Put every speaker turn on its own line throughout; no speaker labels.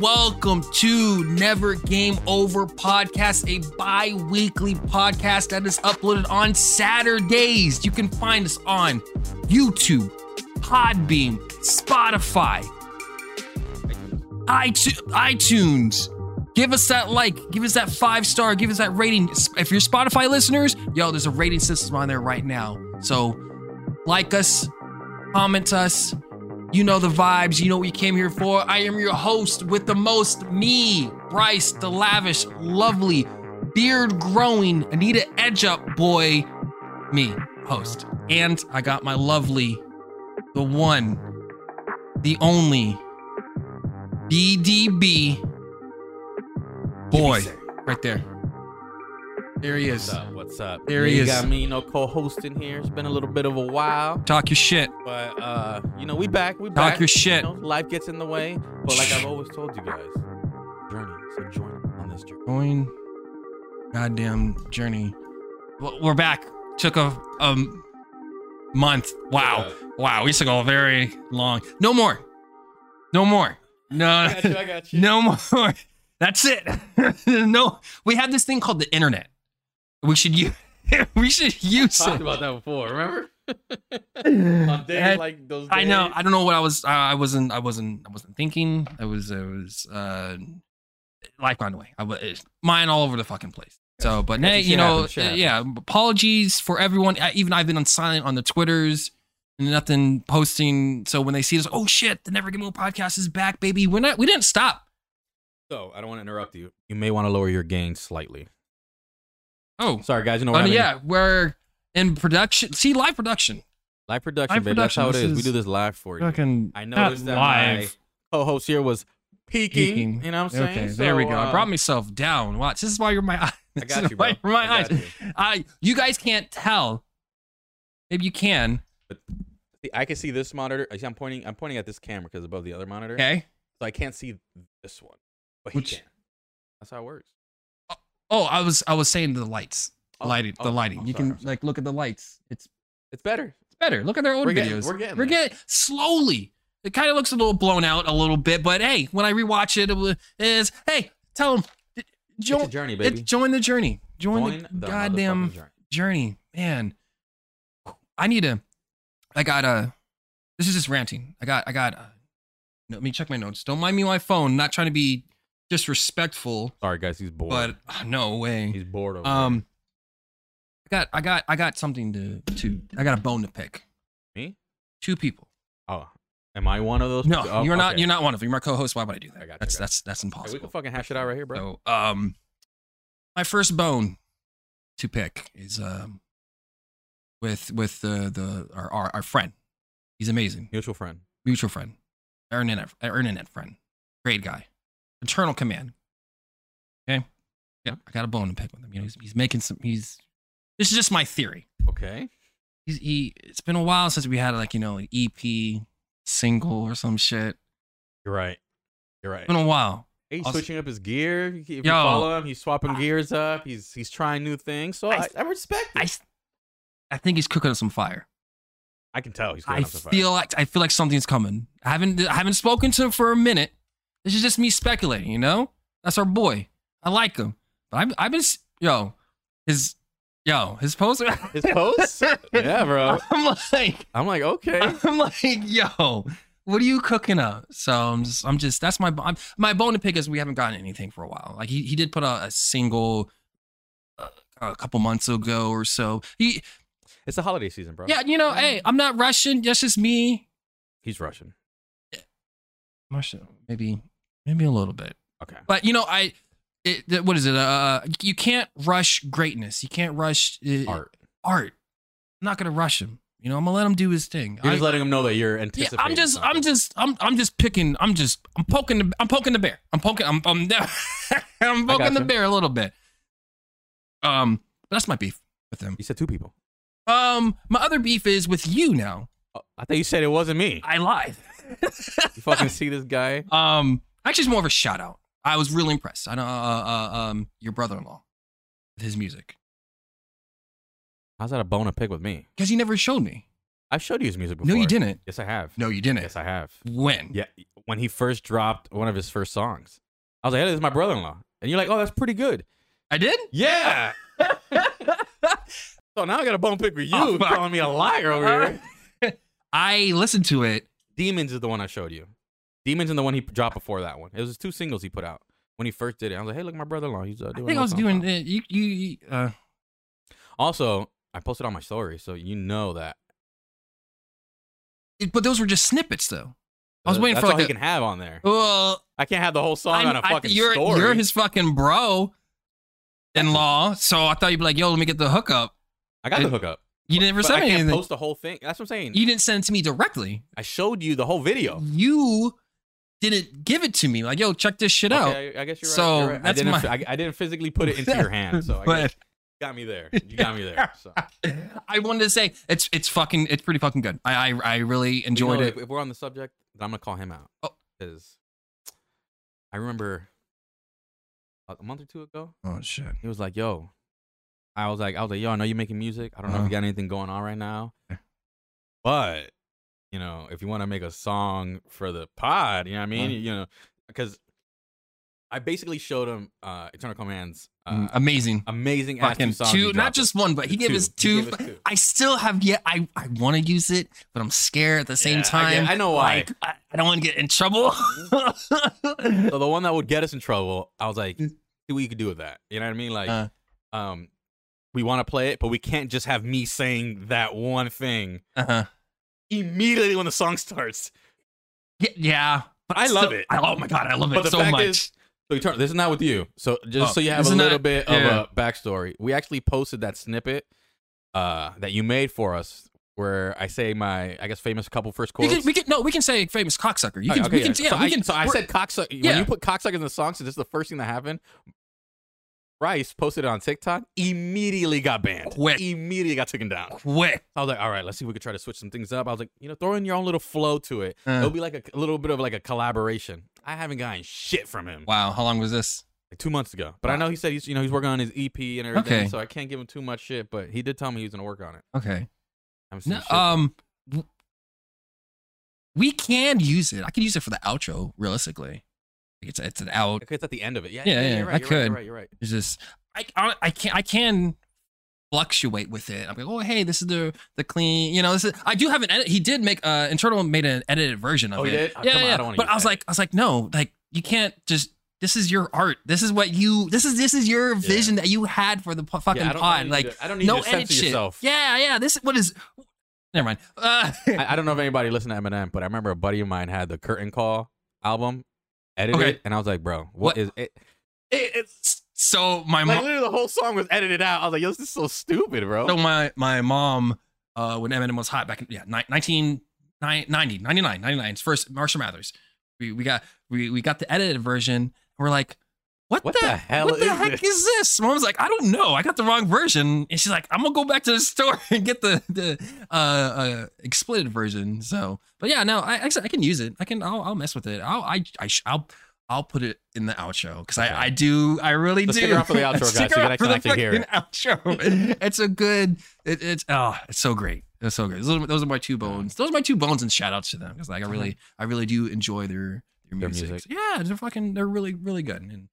welcome to Never Game Over Podcast, a bi weekly podcast that is uploaded on Saturdays. You can find us on YouTube, Podbeam, Spotify, iTu- iTunes. Give us that like, give us that five star, give us that rating. If you're Spotify listeners, yo, there's a rating system on there right now. So like us, comment us. You know the vibes. You know what you came here for. I am your host with the most, me, Bryce, the lavish, lovely, beard growing, Anita Edge Up boy, me, host. And I got my lovely, the one, the only, BDB boy, right there. There he is.
What's up? What's up?
There he
you
is.
got me, you know, co-hosting here. It's been a little bit of a while,
Talk your shit.
but uh, you know, we back. We back.
Talk your shit.
You know, life gets in the way, but like I've always told you guys, journey. So join on this journey.
going goddamn journey. Well, We're back. Took a um month. Wow. Wow. We took a very long. No more. No more. No.
I got
No more. That's it. no. We have this thing called the internet. We should use. we should use
Talked
it.
about that before. Remember? on
That-
days like those. Days.
I know. I don't know what I was. I I wasn't. I wasn't. I wasn't thinking. I was. I was. uh Life gone away. I was mine all over the fucking place. So, but nay,
shit
you know, eh,
happens, shit happens.
yeah. Apologies for everyone. I, even I've been on silent on the twitters and nothing posting. So when they see us, oh shit, the Never Give Up podcast is back, baby. We're not. We didn't stop.
So I don't want to interrupt you. You may want to lower your gain slightly.
Oh,
Sorry, guys. You know
oh,
what I mean?
yeah. We're in production. See live production.
Live production,
Live
baby.
production,
That's how
this
it is.
is-
We do this live for you.
Fucking.
I noticed that my co-host here was peeking.
Peeking.
You know what I'm saying?
Okay, there we
So,
go. I
uh,
brought myself down. Watch. This is why you're my eye.
I
this
got
is
you, bro.
why you're my
I got
eyes.
you.
I you guys can't tell. Maybe you can.
See, I can see this monitor. I see I'm pointing. I'm pointing at this camera because above the other monitor,
Okay.
so I can't see this one. But he
Which-
can. That's how it works.
Oh, I was I was saying the lights.
Oh,
lighting.
oh,
the lighting.
I'm
you
sorry,
can
I'm sorry.
like look at the lights. It's
It's better.
it's better. Look at their old
We're
videos.
getting- we're getting
We're
there.
getting slowly. It kind of looks a little blown out a little bit, but hey, when I rewatch it, it wa- is hey, tell them
it's
join
a journey,
it's
baby.
join the journey. Join, the, goddamn
motherfucking journey.
journey, man. I need to. I got a. This is just ranting. I got. I got. Uh, no, let me check my notes. Don't mind me on my phone. Not trying to be disrespectful,
Sorry, guys. He's bored.
but uh, no way.
he's bored. Over
Um, I got. I got. I got something to. To. I got a bone to pick.
there. me.
Two people.
Oh, am I one of those?
No,
Oh,
you're not.
okay.
You're not one of them. You're my co-host. Why would I do that?
I got you,
that's
I got
that's that's
Hey, we can
impossible.
fucking hash it out right here, bro.
So, um, my first bone to pick is um with with the the our our, our friend. He's amazing,
Mutual friend.
mutual friend, our internet our internet friend, great guy, internal command. Okay, yeah, I got a bone to pick with him. You know, he's, he's making some. He's this is just my theory.
Okay.
He's, he it's been a while since we had like you know an EP single or some shit.
You're right. You're right.
It's been a while.
He's
Also-
switching up his gear. If you
Yo.
follow him, he's swapping
Ah.
gears up. He's he's trying new things. So
I-
I, I respect.
I
it.
s- I think he's cooking up some fire.
I can tell he's.
I
going up some fire.
feel like I feel like something's coming. I haven't I haven't spoken to him for a minute. This is just me speculating, you know. That's our boy. I like him, but I've, I've been s- yo his yo his post.
his posts. yeah, bro.
I'm like
I'm like, okay.
I'm like yo, what are you cooking up? So I'm just I'm just that's my bo- I'm, my bone to pick is we haven't gotten anything for a while. Like he he did put out a single uh, a couple months ago or so. He
It's the holiday season, bro.
yeah you know hey I'm not rushing. That's just me.
He's Russian.
Marshall, maybe maybe a little bit.
Okay.
But you know, I it, th- what is it? Uh, you can't rush greatness. You can't rush uh,
Art.
art. I'm not gonna rush him. You know, I'm gonna let him do his thing.
You're
I,
just letting him know that you're
yeah,
anticipating.
I'm just, I'm
something.
just, I'm, I'm just picking. I'm just, I'm poking the, I'm poking the bear. I'm poking, I'm, I'm, I'm
I
poking the
gotcha.
bear a little bit. Um, that's my beef with him.
You said two people.
Um, my other beef is with you now.
Oh, I thought you said it wasn't me.
I lied.
You fucking see this guy?
Um, actually, it's more of a shout out. I was really impressed. I know, uh, uh, um, your brother in law, with his music,
How's that a bone to pick with me?
because he never showed me.
I've showed you his music
No,
before.
you didn't.
Yes, I have.
No, you didn't.
Yes, I have.
When?
Yeah, when he first dropped one of his first songs. I was like, hey, this is my brother-in-law, and you're like, oh, that's pretty good.
I did?
Yeah. so now I got a bone pick with you
Oh, fuck.
calling me a liar over here.
I listened to it.
Demons is the one I showed you. Demons and the one he dropped before that one. It was two singles he put out when he first did it. I was like, hey, look, my brother-in-law. He's uh,
I
doing.
think I
a
was
song.
doing uh, you you you, uh
Also, I posted on my story, so you know that.
it- but those were just snippets though. I was waiting
Uh, That's
for
all
like
he
a,
can have on there.
well,
I can't have the whole song
I-
on a
I-
fucking
you're
story.
you're his fucking bro in law, so I thought you'd be like, "Yo, let me get the hookup."
I got the hookup.
You never
But
sent
I
me
can't
anything.
post the whole thing. That's what I'm saying.
you didn't send it to me directly.
I showed you the whole video.
You didn't give it to me. Like, "Yo, check this shit out."
Okay, I, I guess you're right.
So,
you're right. I
that's
didn't.
my-
I, I didn't physically put it into your hand. So I
but
guess you got me there. You got me there. So
I wanted to say it's it's fucking it's pretty fucking good. I I, I really
But you know,
enjoyed it.
If, if we're on the subject, then I'm gonna call him out.
Oh.
because I remember a month or two ago,
Oh shit.
he was like, "Yo," I was like, "I was like, yo, I know you're making music. I don't know if
Uh-huh.
you got anything going on right now, but you know, if you want to make a song for the pod, you know what I mean?
Uh-huh.
You know, because I basically showed him uh, Eternal Command's uh,
Mm, Amazing.
amazing ass
Fucking
two songs. he
two, not
dropped us.
just one, but he
The
gave us two.
He gave us two.
I still have yet. I, I want to use it, but I'm scared at the same
Yeah, I get-
time.
I know why.
Like, I, I don't want to get in trouble. Uh-huh.
So the one that would get us in trouble, I was like, see what you could do with that. You know what I mean? Like,
Mm. Uh.
um, we want to play it, but we can't just have me saying that one thing
uh-huh.
immediately when the song starts.
yeah, yeah, but
I
still-
love it.
I, oh my god, I love
But
it
the
so
fact
much.
is- So you turn. This is not with you. So just
Oh,
so you have
this
a
is
little
not-
bit
yeah.
of a backstory, we actually posted that snippet uh, that you made for us, where I say my, I guess, famous couple first
we
quotes.
can, we can no, we can say famous cocksucker. You can,
Okay,
we can,
so
yeah,
I,
we can.
so I
we're-
said cocksucker. When
Yeah.
you put cocksucker in the song, so this is the first thing that happened. Rice posted it on TikTok, immediately got banned.
Quick.
Immediately got taken down.
quick.
I was like, all right, let's see if we could try to switch some things up. I was like, you know, throw in your own little flow to it.
Uh.
It'll be like a, a little bit of like a collaboration. I haven't gotten shit from him
Wow, how long was this?
like two months ago, but I
Wow.
know he said he's you know he's working on his EP and everything,
Okay.
so I can't give him too much shit. But he did tell me he was gonna work on it.
Okay.
I haven't seen
No,
shit.
um, w- we can use it. I can use it for the outro. Realistically, it's it's an out.
okay, it's at the end of it. Yeah,
Yeah, yeah,
you're right,
I
you're right,
could.
You're right. You're right.
It's just I, I I can I can fluctuate with it. I'm like, oh hey, this is the the clean. You know, this is I do have an edit. He did make uh internal made an edited version of
Oh,
it.
he did? Oh,
Yeah,
come on,
yeah.
I don't wanna
but
use
I was
that.
like, I was like, no, like you can't just. This is your art. This is what you. This is this is your vision that you had for the po- fucking
yeah, I don't, I don't
pod.
need
Like
to- I don't need
no
you to
edit
censor
shit.
yourself.
Yeah, yeah. This what is. Never mind. Uh,
I, I don't know if anybody listened to Eminem, but I remember a buddy of mine had the Curtain Call album edited,
Okay.
and I was like, "Bro,
What-
what is it?"
it, it's so my
Like
mom
literally, the whole song was edited out. I was like, "Yo, this is so stupid, bro."
so my my mom uh when Eminem was hot back in yeah ni- 19 ni- 90 99 99 's first Marshall Mathers we we got we we got the edited version we're like what,
What the hell
what the
is
heck
this?
is this mom's like I don't know I got the wrong version and she's like I'm gonna go back to the store and get the the uh, uh explicit version so but yeah no I actually I can use it I can I'll, I'll mess with it I'll I, I sh- I'll I'll put it in the outro because
Okay.
I, I do I really
So
do.
stick around for the outro, guys,
Stick
so you
around
can actually hear it.
fucking outro. It's a good. It, it's oh, it's so great. It's so great. Those are, those are my two bones. Those are my two bones, and shout outs to them because like I really, I really do enjoy their their,
Their
music.
music.
Yeah, they're fucking. They're really, really good. And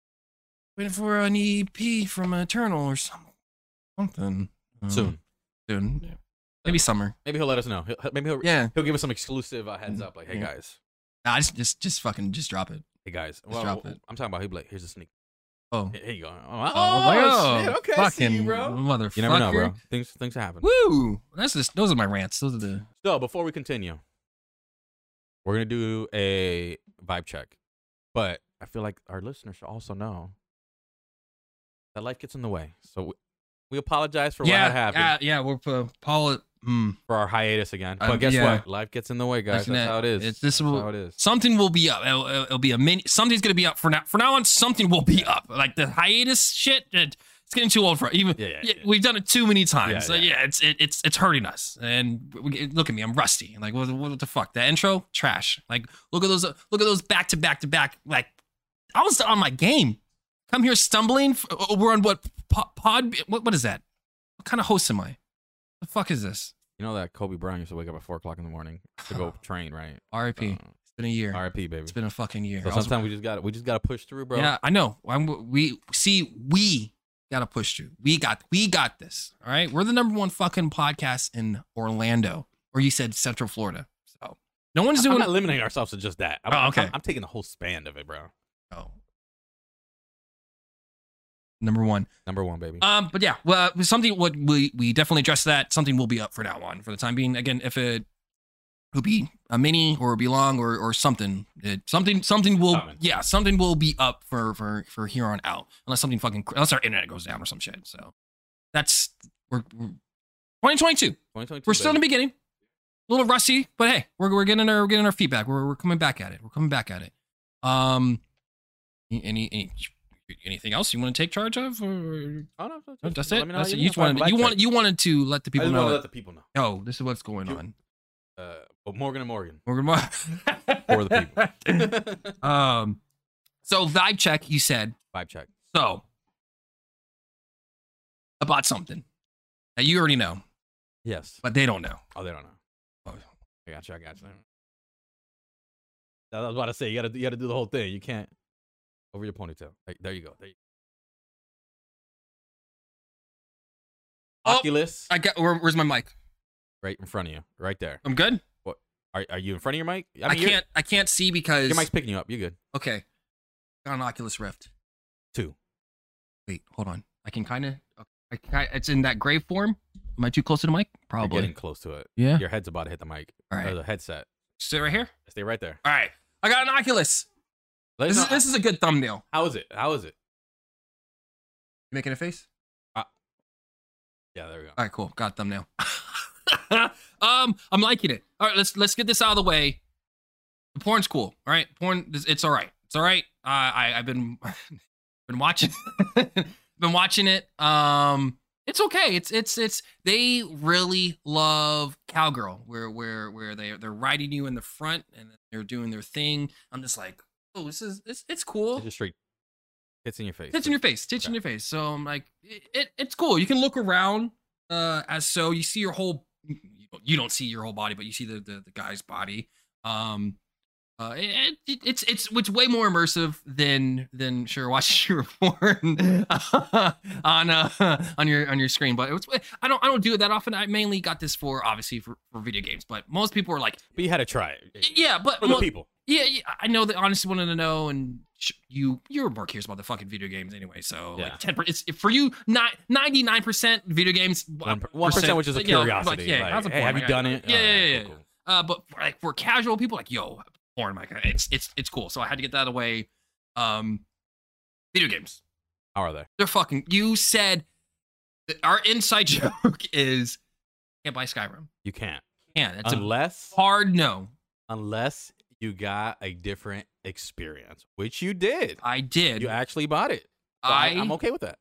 waiting for an EP from Eternal or some, something Um,
Soon,
Soon, yeah. maybe summer.
maybe he'll let us know. He'll, he'll- maybe he'll
Yeah. Mm-hmm.
he'll give us some exclusive uh, heads up, like, "Hey
Yeah.
guys,
Nah, just, just, just fucking, just drop it.
hey guys."
Just drop it.
I'm talking about he'll be like, "Here's a sneak.
Oh.
Here you go." Oh,
I
oh,
was
shit,
like,
okay,
fucking
see you, bro.
motherfucker.
You never know, bro. Things things happen.
Woo! That's just those are my rants. Those are the
So before we continue, we're gonna do a vibe check. But I feel like our listeners should also know that life gets in the way. So we, we apologize for
yeah,
what happened
yeah, yeah. We're uh, Paul. Mm,
for our hiatus again.
Uh,
But guess
yeah.
what? Life gets in the way, guys.
Listen,
That's
uh,
how it is.
it's- this
That's
will-
how it is.
something will be up. It'll, it'll- it'll be a mini. Something's gonna be up for now. For now on, something will be up. Like the hiatus shit. It, it's getting too old for even.
Yeah, yeah, yeah.
We've done it too many times.
Yeah,
so
yeah.
yeah, it's it, it's it's hurting us. And we, look at me, I'm rusty. And like, what, what the fuck? The intro trash. Like, look at those. Look at those back to back to back. Like, I was on my game. Come here stumbling. f- oh, We're on what pod? pod what what is that? What kind of host am I? The fuck is this?
You know that Kobe Bryant used to wake up at four o'clock in the morning to go train, right? Uh,
R.I.P.
So,
been a year.
R.I.P. Baby.
It's been a fucking year.
So
I was-
sometimes we just got we just got to push through, bro.
Yeah, I know. I'm, we see we gotta push through. We got we got this. All right, we're the number one fucking podcast in Orlando, or you said Central Florida. So no one's
I'm
doing.
not limiting ourselves to just that. I'm,
Oh,
I'm-
okay.
I'm, taking the whole span of it, bro.
Oh. Number one.
Number one, baby.
Um, but yeah, well, uh, something what we we definitely address that. Something will be up for now on for the time being. Again, if it will be a mini or be long or or something, it, something something will
Something.
yeah something will be up for for for here on out unless something fucking cr- unless our internet goes down or some shit. So that's we're, we're 2022.
2022,
We're still in the
baby.
beginning. A little rusty, but hey, we're, we're getting our we're getting our feedback. We're, we're coming back at it. We're coming back at it. Um, any, any anything else you want to take charge of? Or,
Oh, no, no,
no,
just
that's
let
it.
me know how
That's it.
you're
You
doing.
wanted
Black
you
check.
wanted you wanted to let the
I just
people
wanna
know.
let
that-
the people know.
Oh, this is what's going
You-
on.
Uh, well, Morgan and Morgan
We're gonna-
for the people.
um, so vibe check. You said
Vibe check.
so about something that you already know,
Yes.
but they don't know.
Oh, they don't know.
Oh.
I got you. I got you. I was about to say you gotta you gotta do the whole thing. You can't over your ponytail. Like, there you go. There you
Oh,
Oculus,
I got. Where, where's my mic?
right in front of you, right there.
I'm good.
Are, are you in front of your mic?
I,
mean, your-
can't. I can't see because
Your mic's picking you up. You're good.
Okay. Got an Oculus Rift.
Two.
Wait, hold on. I can kind of. I can, it's in that gray form. Am I too close to the mic?
You're
Probably.
getting Uh, close to it.
Yeah.
Your head's about to hit the mic.
All right.
Or the headset.
Sit right here.
Stay right there.
All right. I got an Oculus.
Let us
This is,
know-
this is a good thumbnail.
how is it? How is it?
You making a face?
Yeah, there we go.
All right, cool. Got a thumbnail. um, I'm liking it. All right, let's let's get this out of the way. The porn's cool. All right, porn. It's, it's all right. It's all right. Uh, I I've been been watching been watching it. Um, it's okay. It's it's it's they really love cowgirl where where where they they're riding you in the front and they're doing their thing. I'm just like, oh, this is it's it's cool.
It's just straight hits in your face.
Tits in your face. Tits in your face. So I'm like, it, it, it's cool. You can look around uh, as so you see your whole. you don't- You don't see your whole body, but you see the the, the guy's body. Um, uh, it, it, it's it's it's way more immersive than than sure watching your porn on uh, on your on your screen. But it was, I don't I don't do it that often. I mainly got this for obviously for, for video games. But most people are like,
But you had to try it.
yeah, but
For the
mo-
people.
yeah, yeah, I know that. Honestly, wanted to know, and sh- you you were more curious about the fucking video games anyway. So
Yeah.
like ten, it's for you ninety nine percent video games,
One per- one percent, which is a
you know, like,
curiosity.
yeah,
Like,
how's a
hey,
porn,
have you
like,
done it?
Yeah,
All right,
yeah, yeah.
cool, cool.
Uh, but for, like for casual people, like yo, porn, like it's it's it's cool. So I had to get that away. Um, video games,
How are they?
they're fucking. You said that our inside joke is can't buy Skyrim.
You can't.
Yeah, that's a
unless
hard no.
unless you got a different experience, which you did.
I did.
You actually bought it. So
I,
I'm okay with that.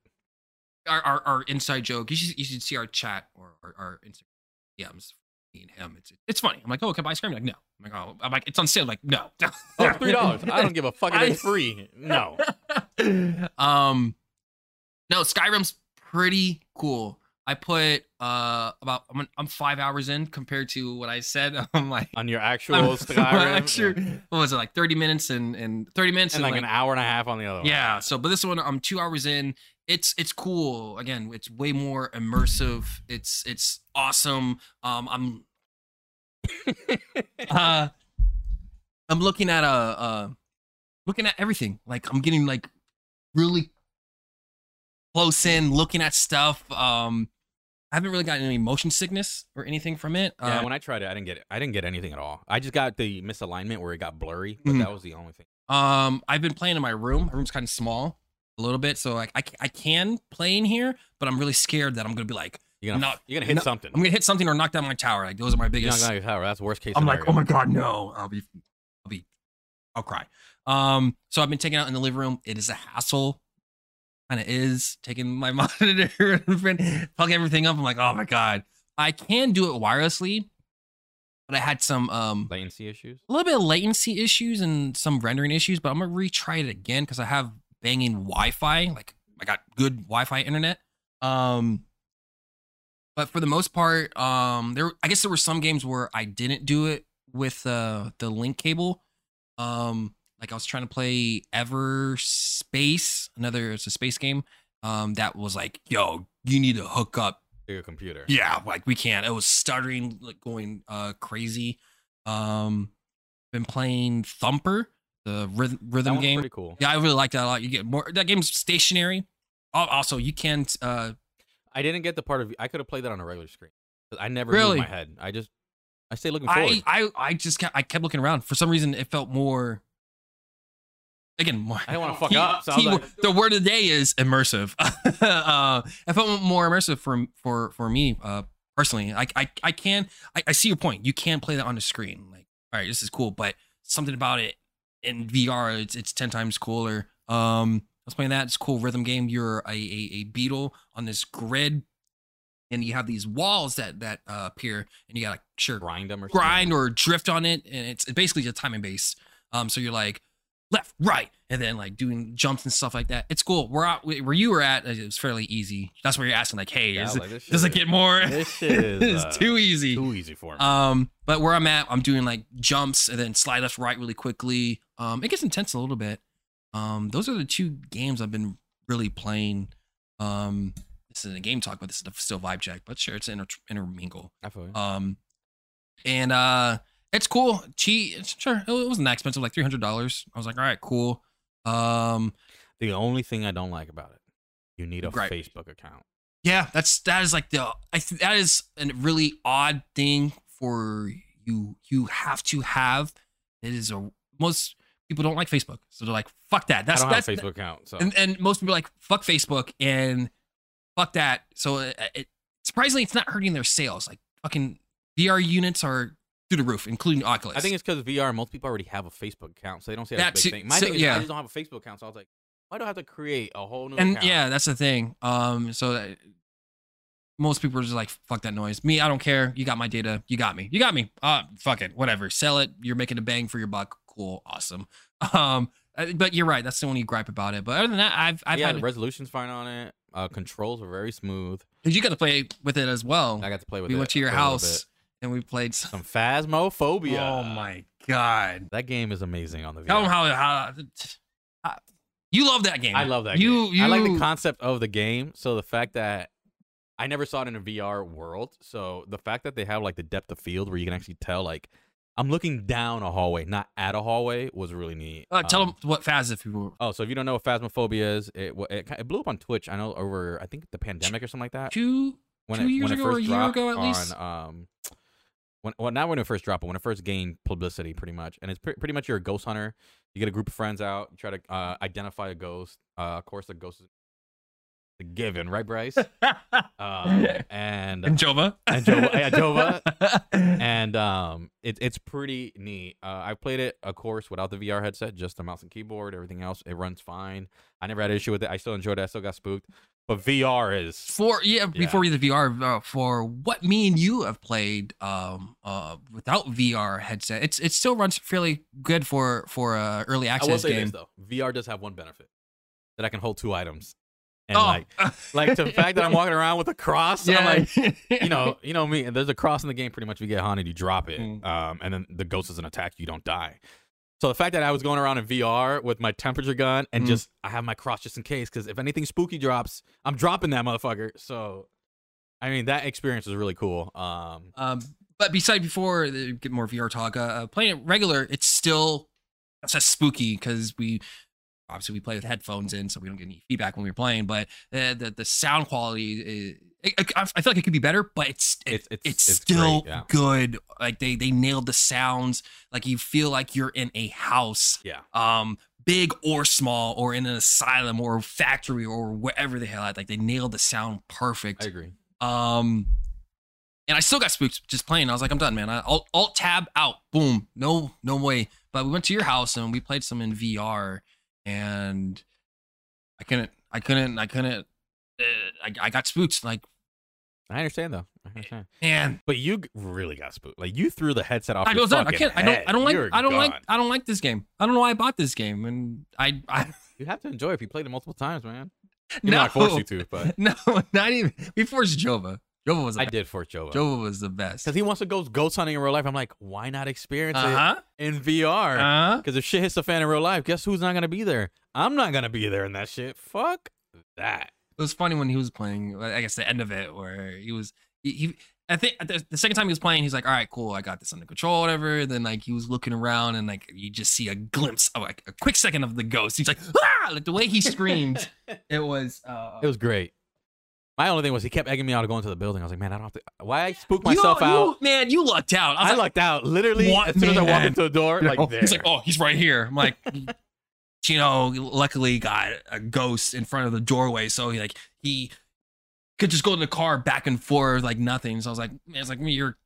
our, our, our inside joke. You should, you should see our chat or our, our Instagram DMs. Me and him. It's it's funny. I'm like, oh, can I buy ice cream? Like, no. I'm like, oh, I'm like, it's on sale. like, no.
Oh, three dollars. I don't give a fuck if it's free. No.
um, no. Skyrim's pretty cool. I put uh about I'm I'm five hours in compared to what I said. I'm like,
On your actual
I'm-
Skyrim.
I'm actually-
yeah.
what was it like? Thirty minutes and and thirty minutes
And like an hour and a half on the other one.
yeah so but this one i'm two hours in it's it's cool again it's way more immersive it's it's awesome um i'm uh i'm looking at a uh looking at everything like i'm getting like really close in looking at stuff um i haven't really gotten any motion sickness or anything from it
Yeah,
Uh,
when I tried it, I didn't get it. I didn't get anything at all. I just got the misalignment where it got blurry, but
Mhm.
that was the only thing.
Um, I've been playing in my room. My room's kind of small, a little bit, so like I, c- I can play in here, but I'm really scared that I'm gonna be like
You're gonna
Not-
you're gonna hit
not-
something.
I'm gonna hit something or knock down my tower. Like those are my
you're not
biggest.
gonna hit tower. That's worst case.
I'm like,
scenario.
oh my god, no! I'll be, I'll be, I'll cry. Um, so I've been taking it out in the living room. It is a hassle. Kind of is taking my monitor and plug everything up. I'm like, oh my god, I can do it wirelessly, but I had some um
latency issues.
a little bit of latency issues and some rendering issues, but I'm gonna retry it again because I have banging Wi-Fi. Like I got good Wi-Fi internet. Um, but for the most part, um, there I guess there were some games where I didn't do it with uh, the link cable, Um, like I was trying to play Ever Space, another it's a space game. Um, that was like, yo, you need to hook up
to your computer.
yeah like we can't it was stuttering like going uh crazy um been playing thumper the rhythm,
that
rhythm
one's
game
pretty cool.
yeah i really like that a lot you get more that game's stationary Al- also you can uh
I didn't get the part of I could have played that on a regular screen. 'Cause I never moved
Really?
my head. I just I stay looking forward.
I, I i just kept i kept looking around for some reason it felt more again more
I didn't want to fuck
Key-
up. So I was
keyword-
like,
the word of the day is immersive. uh, I felt more immersive for for for me uh, personally. I I, I can I, I see your point. You can play that on the screen. Like, all right, this is cool, but something about it in VR, it's it's ten times cooler. Um, I was playing that. It's a cool rhythm game. You're a, a a beetle on this grid, and you have these walls that that uh, appear, and you gotta sure
grind them or something.
grind or drift on it, and it's basically just timing based. Um, so you're like left, right, and then like doing jumps and stuff like that. It's cool. We're out where you were at. It was fairly easy. That's where you're asking like, hey,
Yeah,
is
I
it,
like, this
does it
shit
get more?
This shit is, uh,
it's too easy.
too easy for me.
Um, but where I'm at, I'm doing like jumps and then slide left, right really quickly. Um, it gets intense a little bit. Um, those are the two games I've been really playing. Um, this isn't a game talk, but this is still vibe check. But sure, it's inter- intermingle.
I feel you.
Um, and uh, it's cool. Cheap, it's- sure. It wasn't that expensive, like three hundred dollars. I was like, all right, cool. Um,
the only thing I don't like about it, you need a
Right.
Facebook account.
yeah, that's that is like the I th- that is a really odd thing for you. You have to have. It is a most people don't like Facebook, so they're like, fuck that. That's
I don't
that's
have a Facebook account, so
and, and most people are like fuck Facebook and fuck that. So it, it, surprisingly, it's not hurting their sales. Like fucking VR units are through the roof, including Oculus.
I think it's because VR. Most people already have a Facebook account, so they don't see that
That
as a
too-
big thing. My
so-
thing is,
yeah.
I just don't have a Facebook account, so I was like, why do I have to create a whole new
and
account?
yeah, that's the thing. Um, so that, most people are just like, "Fuck that noise." Me, I don't care. You got my data. You got me. You got me. Uh, fuck it. Whatever. Sell it. You're making a bang for your buck. Cool. Awesome. Um, uh, but you're right. That's the only gripe about it. But other than that, I've I've
yeah, the
had
resolution's fine on it. Uh, controls were very smooth.
you got to play with it as well.
I got to play with
We
it.
went to your
for a little
house and we played.
bit. Some Phasmophobia.
Oh my god!
That game is amazing on the VR.
Tell them how how. I- you love that game.
I love that
You,
game.
you
I like the concept of the game. So the fact that I never saw it in a VR world. So the fact that they have like the depth of field where you can actually tell like I'm looking down a hallway, not at a hallway, was really neat.
Uh, tell
Um,
them what Faz if you were.
Oh, so if you don't know what Phasmophobia is, it wa- it, ki- it blew up on Twitch. I know over I think the pandemic or something like that.
Two
When
two
it,
years
when it
ago or
first
a year
dropped
ago at least?
On, um, when well not when it first dropped, but when it first gained publicity, pretty much. And it's pre- pretty much you're a ghost hunter. You get a group of friends out, you try to uh, identify a ghost. Uh, of course, the ghost is a given, right, Bryce? um, and
and Jova.
and Jova- yeah,
Jova.
and um, it, it's pretty neat. Uh, I played it, of course, without the VR headset, just the mouse and keyboard. Everything else, it runs fine. I never had an issue with it. I still enjoyed it. I still got spooked. But VR is
for yeah,
Yeah.
before we did VR, uh, for what me and you have played um uh without VR headset, it's it still runs fairly good for for a early
I will
access
say
game.
this though, VR does have one benefit that I can hold two items, and
oh,
like, like the fact that I'm walking around with a cross, I'm like, you know, you know me. There's a cross in the game. Pretty much, if you get haunted, you drop it,
Mm.
um, and then the ghost doesn't attack you. You don't die. So the fact that I was going around in VR with my temperature gun and
Mm.
just I have my cross just in case, because if anything spooky drops, I'm dropping that motherfucker. So, I mean, that experience was really cool. Um,
Um, but beside before the- get more VR talk, uh, uh, playing it regular, it's still that's just spooky because we obviously we play with headphones in, so we don't get any feedback when we're playing. But uh, the the sound quality, uh, I, I I feel like it could be better, but it's it,
it's, it's
it's,
it's
still
great, yeah.
good. Like they they nailed the sounds. Like you feel like you're in a house,
Yeah.
um, big or small, or in an asylum or factory or wherever the hell. Like they nailed the sound perfect.
I agree.
Um, and I still got spooked just playing. I was like, I'm done, man. I alt, alt tab out. Boom. No, no way. But we went to your house and we played some in VR, and I couldn't, I couldn't, I couldn't. Uh, I, I got spooked. Like,
I understand though.
Eh.
I understand.
man,
But you g- really got spooked. Like you threw the headset off.
I
your
was done. I
fucking
can't. I don't.
head.
I don't like.
You're
I don't
gone.
like. I don't like this game. I don't know why I bought this game, and I, I
You have to enjoy it if you played it multiple times, man. You
no,
know, I forced you to, but
no, not even. We forced Jova. Jova was the
I
best.
did for Jova
Jova was the best.
because he wants to go ghost hunting in real life. I'm like, why not experience
Uh-huh.
it in VR?
Uh-huh.
Because if shit hits the fan in real life, guess who's not gonna be there? I'm not gonna be there in that shit. Fuck that.
It was funny when he was playing. I guess the end of it where he was he. he I think at the, the second time he was playing, he's like, "All right, cool, I got this under control, whatever." Then like he was looking around and like you just see a glimpse of like a quick second of the ghost. He's like, "Ah!" Like the way he screamed, it was. Uh,
It was great. My only thing was he kept egging me out to go into the building. I was like, man, I don't have to. Why I spook
You-
myself
you-
out?
man. You lucked out. I
I,
was like,
lucked out literally
What,
as soon as I walked
man?
into the door. Like, there.
He's like, "Oh, he's right here." I'm like, Chino luckily got a ghost in front of the doorway, so he like he could just go in the car back and forth like nothing. So I was like, man, "It's like me, you're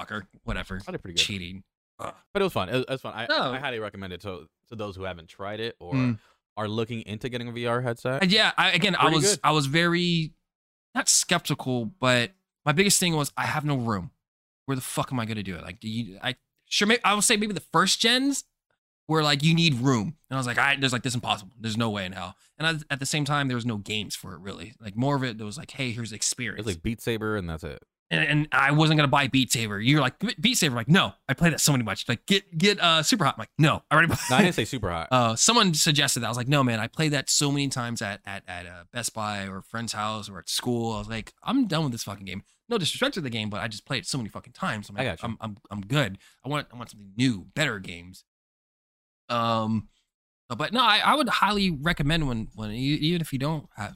fucker, whatever."
I did pretty good.
cheating.
But it was fun. It was, it was fun. I,
No.
I highly recommend it to to those who haven't tried it or
Mm.
are looking into getting a VR headset.
And Uh, yeah, I, again, I
Pretty
was
good.
I was very not skeptical, but my biggest thing was I have no room. Where the fuck am I gonna do it? Like, do you? I sure. Maybe, I would say maybe the first gens were like you need room, and I was like, I there's like this impossible. There's no way in hell. And I, at the same time, there was no games for it really. Like more of it, there was like, hey, here's
It's
experience.
like Beat Saber, and that's it.
and, and I wasn't gonna buy Beat Saber. You're like "Be- Beat Saber. like no, I play that so many much. Like get get uh super hot. I'm like no, I already.
No,
bought
I
it."
didn't say super hot.
uh, someone suggested that. I was like, no, man, I played that so many times at at at uh, Best Buy or a friend's house or at school. I was like, I'm done with this fucking game. No disrespect to the game, but I just played it so many fucking times. I'm
I
like,
got you.
I'm, I'm I'm good. I want I want something new, better games. Um, but no, I, I would highly recommend when when e- even if you don't have,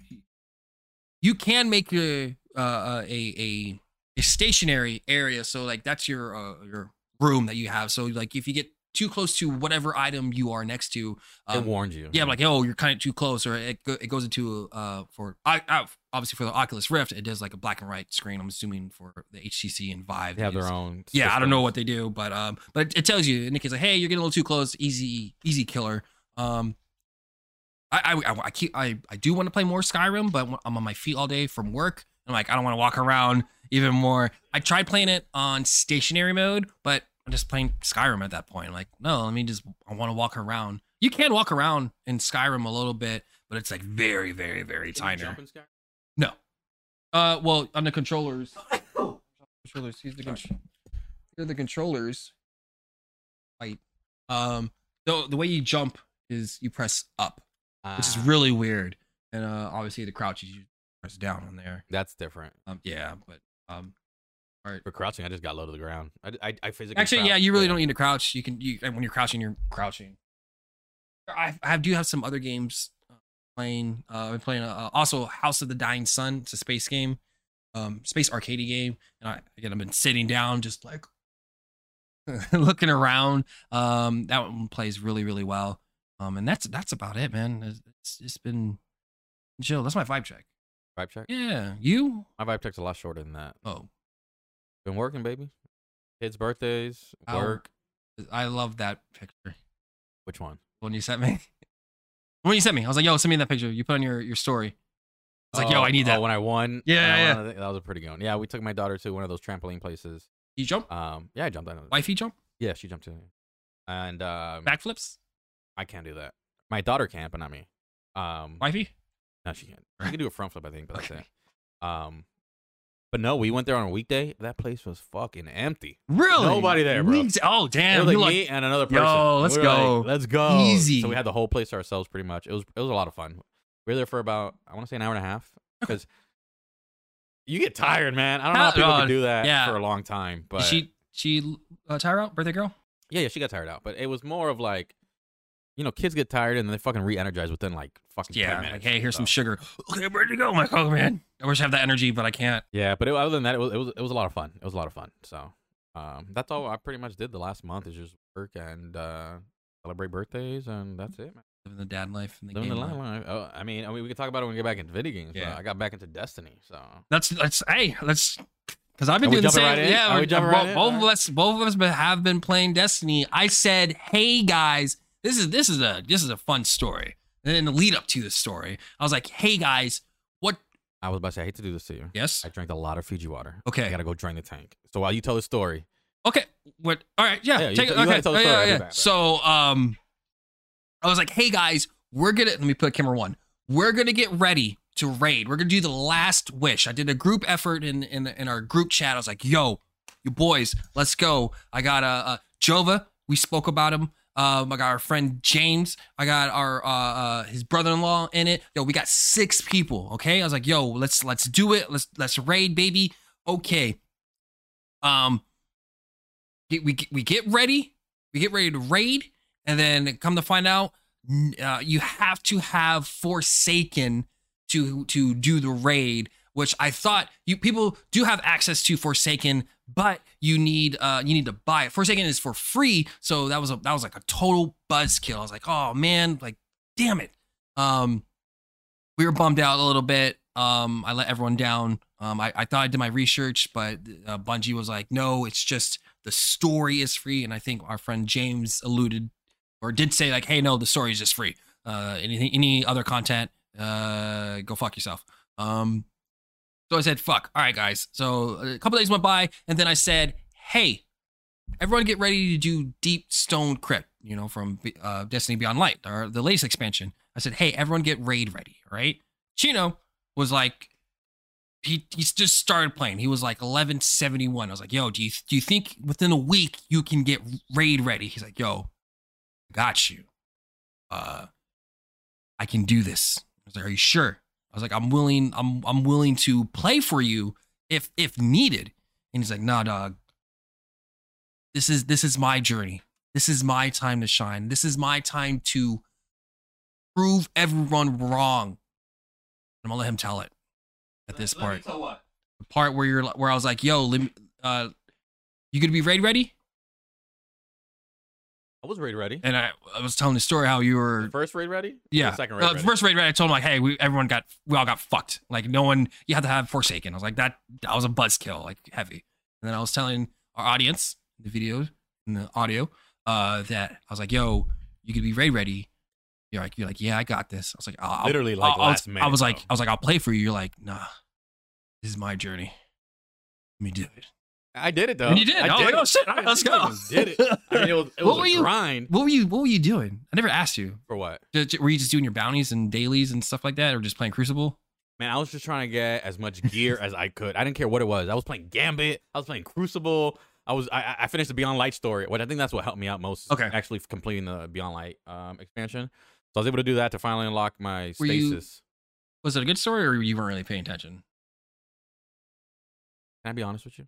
you can make a uh, uh, a a a stationary area. So like that's your uh, your room that you have. So like if you get too close to whatever item you are next to,
it
um,
warned you.
yeah, like oh you're kind of too close, or it go, it goes into uh for I, I obviously for the Oculus Rift it does like a black and white screen. I'm assuming for the HTC and Vive
they have
is-
their own.
yeah, I don't
system.
know what they do, but um, but it tells you. Nick is like, hey, you're getting a little too close. Easy, easy killer. Um, I I, I, I keep I I do want to play more Skyrim, but when I'm on my feet all day from work. I'm like, I don't want to walk around even more. I tried playing it on stationary mode, but I'm just playing Skyrim at that point. I'm like, no, let me just. I want to walk around. You can walk around in Skyrim a little bit, but it's like very, very, very
Can you
tiny.
jump in Sky-
No. Uh, well, on the controllers. controllers. He's the con- They're the controllers. Like, um, the the way you jump is you press up, which is
Ah,
really weird. And uh, obviously the crouch is you press down on there.
That's different.
Um, yeah, but um,
For crouching, I just got low to the ground. I, I, I physically.
actually, yeah,
crouched.
you really don't need to crouch. You can you and when you're crouching, you're crouching. I I do have some other games uh, playing. Uh, I'm playing uh, also House of the Dying Sun. It's a space game, um, space arcade game. And I again, I've been sitting down just like looking around. Um, that one plays really really well. Um, and that's that's about it, man. It's, it's just been chill. That's my vibe check.
Vibe check.
Yeah, you.
My vibe check's a lot shorter than that.
Oh,
Been working, baby. Kids' birthdays,
Ow.
work.
I love that picture.
Which one?
when you sent me. When you sent me, I was like, "Yo, send me that picture. You put on your your story." It's like, "Yo,
Oh,
I need
oh,
that."
when I won.
Yeah,
when I
yeah,
won, I think that was a pretty good one. Yeah, we took my daughter to one of those trampoline places.
you jump,
Um, yeah, I jumped on it.
wifey jump,
Yeah, she jumped in. And um,
backflips,
I can't do that. My daughter can, but not me. Um,
wifey.
no, she can't. She can do a front flip, I think, but that's
Okay.
it. Um, but no, we went there on a weekday. That place was fucking empty.
Really?
Nobody there, bro.
Weeks- Oh
It
damn!
was
You
like
like,
me and another
Yo,
person.
let's
We were like,
go.
let's go.
Easy.
So we had the whole place to ourselves, pretty much. It was it was a lot of fun. We were there for about I want to say an hour and a half because you get tired, man. I don't know how
Hell,
people
uh,
could do that
yeah.
for a long time, but
Did she she uh, tire out birthday girl.
Yeah, yeah, she got tired out, but it was more of like, you know, kids get tired and they fucking re-energize within like fucking
Yeah.
10 minutes.
Like, hey, here's
so.
some sugar. Okay, where'd you go? I'm like, oh man, I wish I have that energy, but I can't.
yeah, but it, other than that, it was it was it was a lot of fun. It was a lot of fun. So, um, that's all I pretty much did the last month is just work and uh celebrate birthdays, and that's it. Man.
Living the dad life and the
Living
game
the
life.
life. Oh, I mean, I mean, we can talk about it when we get back into video games.
Yeah.
but I got back into Destiny, so
Let's let's hey let's because I've been
Are we
doing the
jumping
same.
right in? Are
Yeah,
we
we're-
jumping
bo-
right in?
both of
All right.
us both of us be- have been playing Destiny. I said, hey guys, this is this is a this is a fun story. And in the lead up to this story, I was like, hey guys, what?
I was about to say I hate to do this to you.
Yes.
I drank a lot of Fiji water. I
Okay.
gotta go drain the tank. So while you tell the story,
Okay. What? All right. Yeah.
Yeah, you
take it.
t- you
okay.
gotta tell the
Oh,
story.
yeah,
I'll be
yeah.
back.
So, um, I was like, hey guys, we're gonna let me put camera one. We're gonna get ready to raid. We're gonna do the last wish. I did a group effort in in, in our group chat. I was like, "Yo, you boys, let's go." I got uh, uh Jova. We spoke about him. Um, I got our friend James. I got our uh, uh his brother-in-law in it. Yo, we got six people. Okay, I was like, "Yo, let's let's do it. Let's let's raid, baby." Okay. Um, get- we get- we get ready. We get ready to raid, and then come to find out, n- uh, you have to have Forsaken to to do the raid, which I thought you people do have access to Forsaken, but you need uh you need to buy it. Forsaken is for free, so that was a that was like a total buzzkill. I was like, oh man, like damn it. Um we were bummed out a little bit. Um I let everyone down. Um I, I thought I did my research, but uh, Bungie was like, no, it's just the story is free. And I think our friend James alluded or did say like, hey, no, the story is just free. Uh anything any other content uh, go fuck yourself. Um, so I said, fuck. All right, guys. So uh, a couple days went by, and then I said, hey, everyone get ready to do Deep Stone Crypt, you know, from uh, Destiny Beyond Light, or the latest expansion. I said, hey, everyone get raid ready, right? Chino was like, he, he just started playing. He was like 1171. I was like, yo, do you, do you think within a week you can get raid ready? He's like, yo, got you. Uh, I can do this. I was like, "Are you sure?" I was like, "I'm willing. I'm I'm willing to play for you if if needed." And he's like, "Nah, dog. This is this is my journey. This is my time to shine. This is my time to prove everyone wrong." And I'm gonna let him tell it at this part. The part where you're where I was like, "Yo, let me, uh, you gonna be raid ready?"
I was raid ready.
And I I was telling the story how you were
The first raid ready? Or
Yeah.
The second raid
Uh,
ready.
first raid, raid, I told him like, hey, we everyone got we all got fucked. Like no one, you had to have Forsaken. I was like that that was a buzzkill, like heavy. And then I was telling our audience, the video and the audio, uh, that I was like, yo, you could be raid ready. You're like, you're like, yeah, I got this. I was like, I'll, I'll-
Literally like
I- I
last
was,
minute.
I was like,
bro.
I was like, I'll play for you. You're like, nah, this is my journey. Let me do it.
I did it though.
and you did.
I
I was like,
it.
oh shit, all right, let's
I
go.
fucking Did it. I mean, it was, it
What
was
were
a
you-
grind
what were you What were you doing? I never asked you.
for what?
Ju- ju- Were you just doing your bounties and dailies and stuff like that, or just playing Crucible?
Man, I was just trying to get as much gear as I could. I didn't care what it was. I was playing Gambit. I was playing Crucible. I was I- I, I finished the Beyond Light story, which I think that's what helped me out most.
Okay.
Actually, completing the Beyond Light um, expansion, so I was able to do that to finally unlock my
Were you-
stasis.
Was it a good story, or you weren't really paying attention?
Can I be honest with you?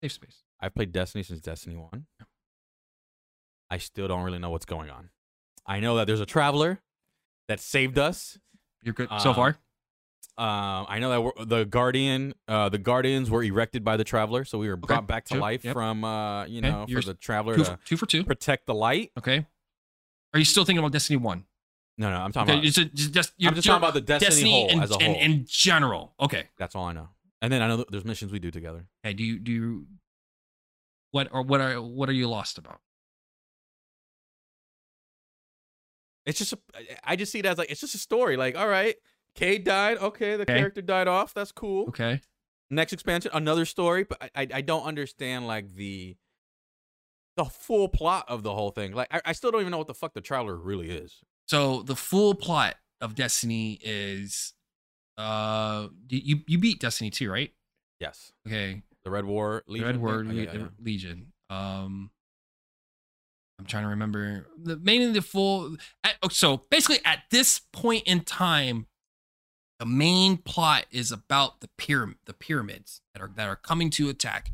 Safe space.
I've played Destiny since Destiny 1. I still don't really know what's going on. I know that there's a traveler that saved us.
You're good so
Um,
far.
Um, I know that we're, the guardian, uh, the guardians were erected by the traveler, so we were brought back to
sure,
life
yep.
from, uh, you
Okay,
know, for
yours-
the traveler
Two
to
for, two for two.
protect the light.
Okay. Are you still thinking about Destiny One?
No, no, I'm talking
Okay,
about.
just, just, just, you're
I'm just talking about the Destiny, whole
in,
as a whole.
in, in general. Okay.
That's all I know. And then I know that there's missions we do together.
Hey, do you do you, what or what are what are you lost about?
It's just a, I- I just see it as like it's just a story. Like, all right, Cade died. Okay, the
Okay.
character died off. That's cool.
Okay.
next expansion another story but I, I i don't understand like the the full plot of the whole thing like I, I still don't even know what the fuck the traveler really is
So the full plot of Destiny is, uh, you you beat Destiny two, right?
yes
Okay.
the red war
The
Legion
Red
thing?
Word uh,
Oh, yeah, yeah, yeah.
Legion. Um, I'm trying to remember the mainly the full. At, oh, so basically, at this point in time, the main plot is about the pyramid, the pyramids that are that are coming to attack.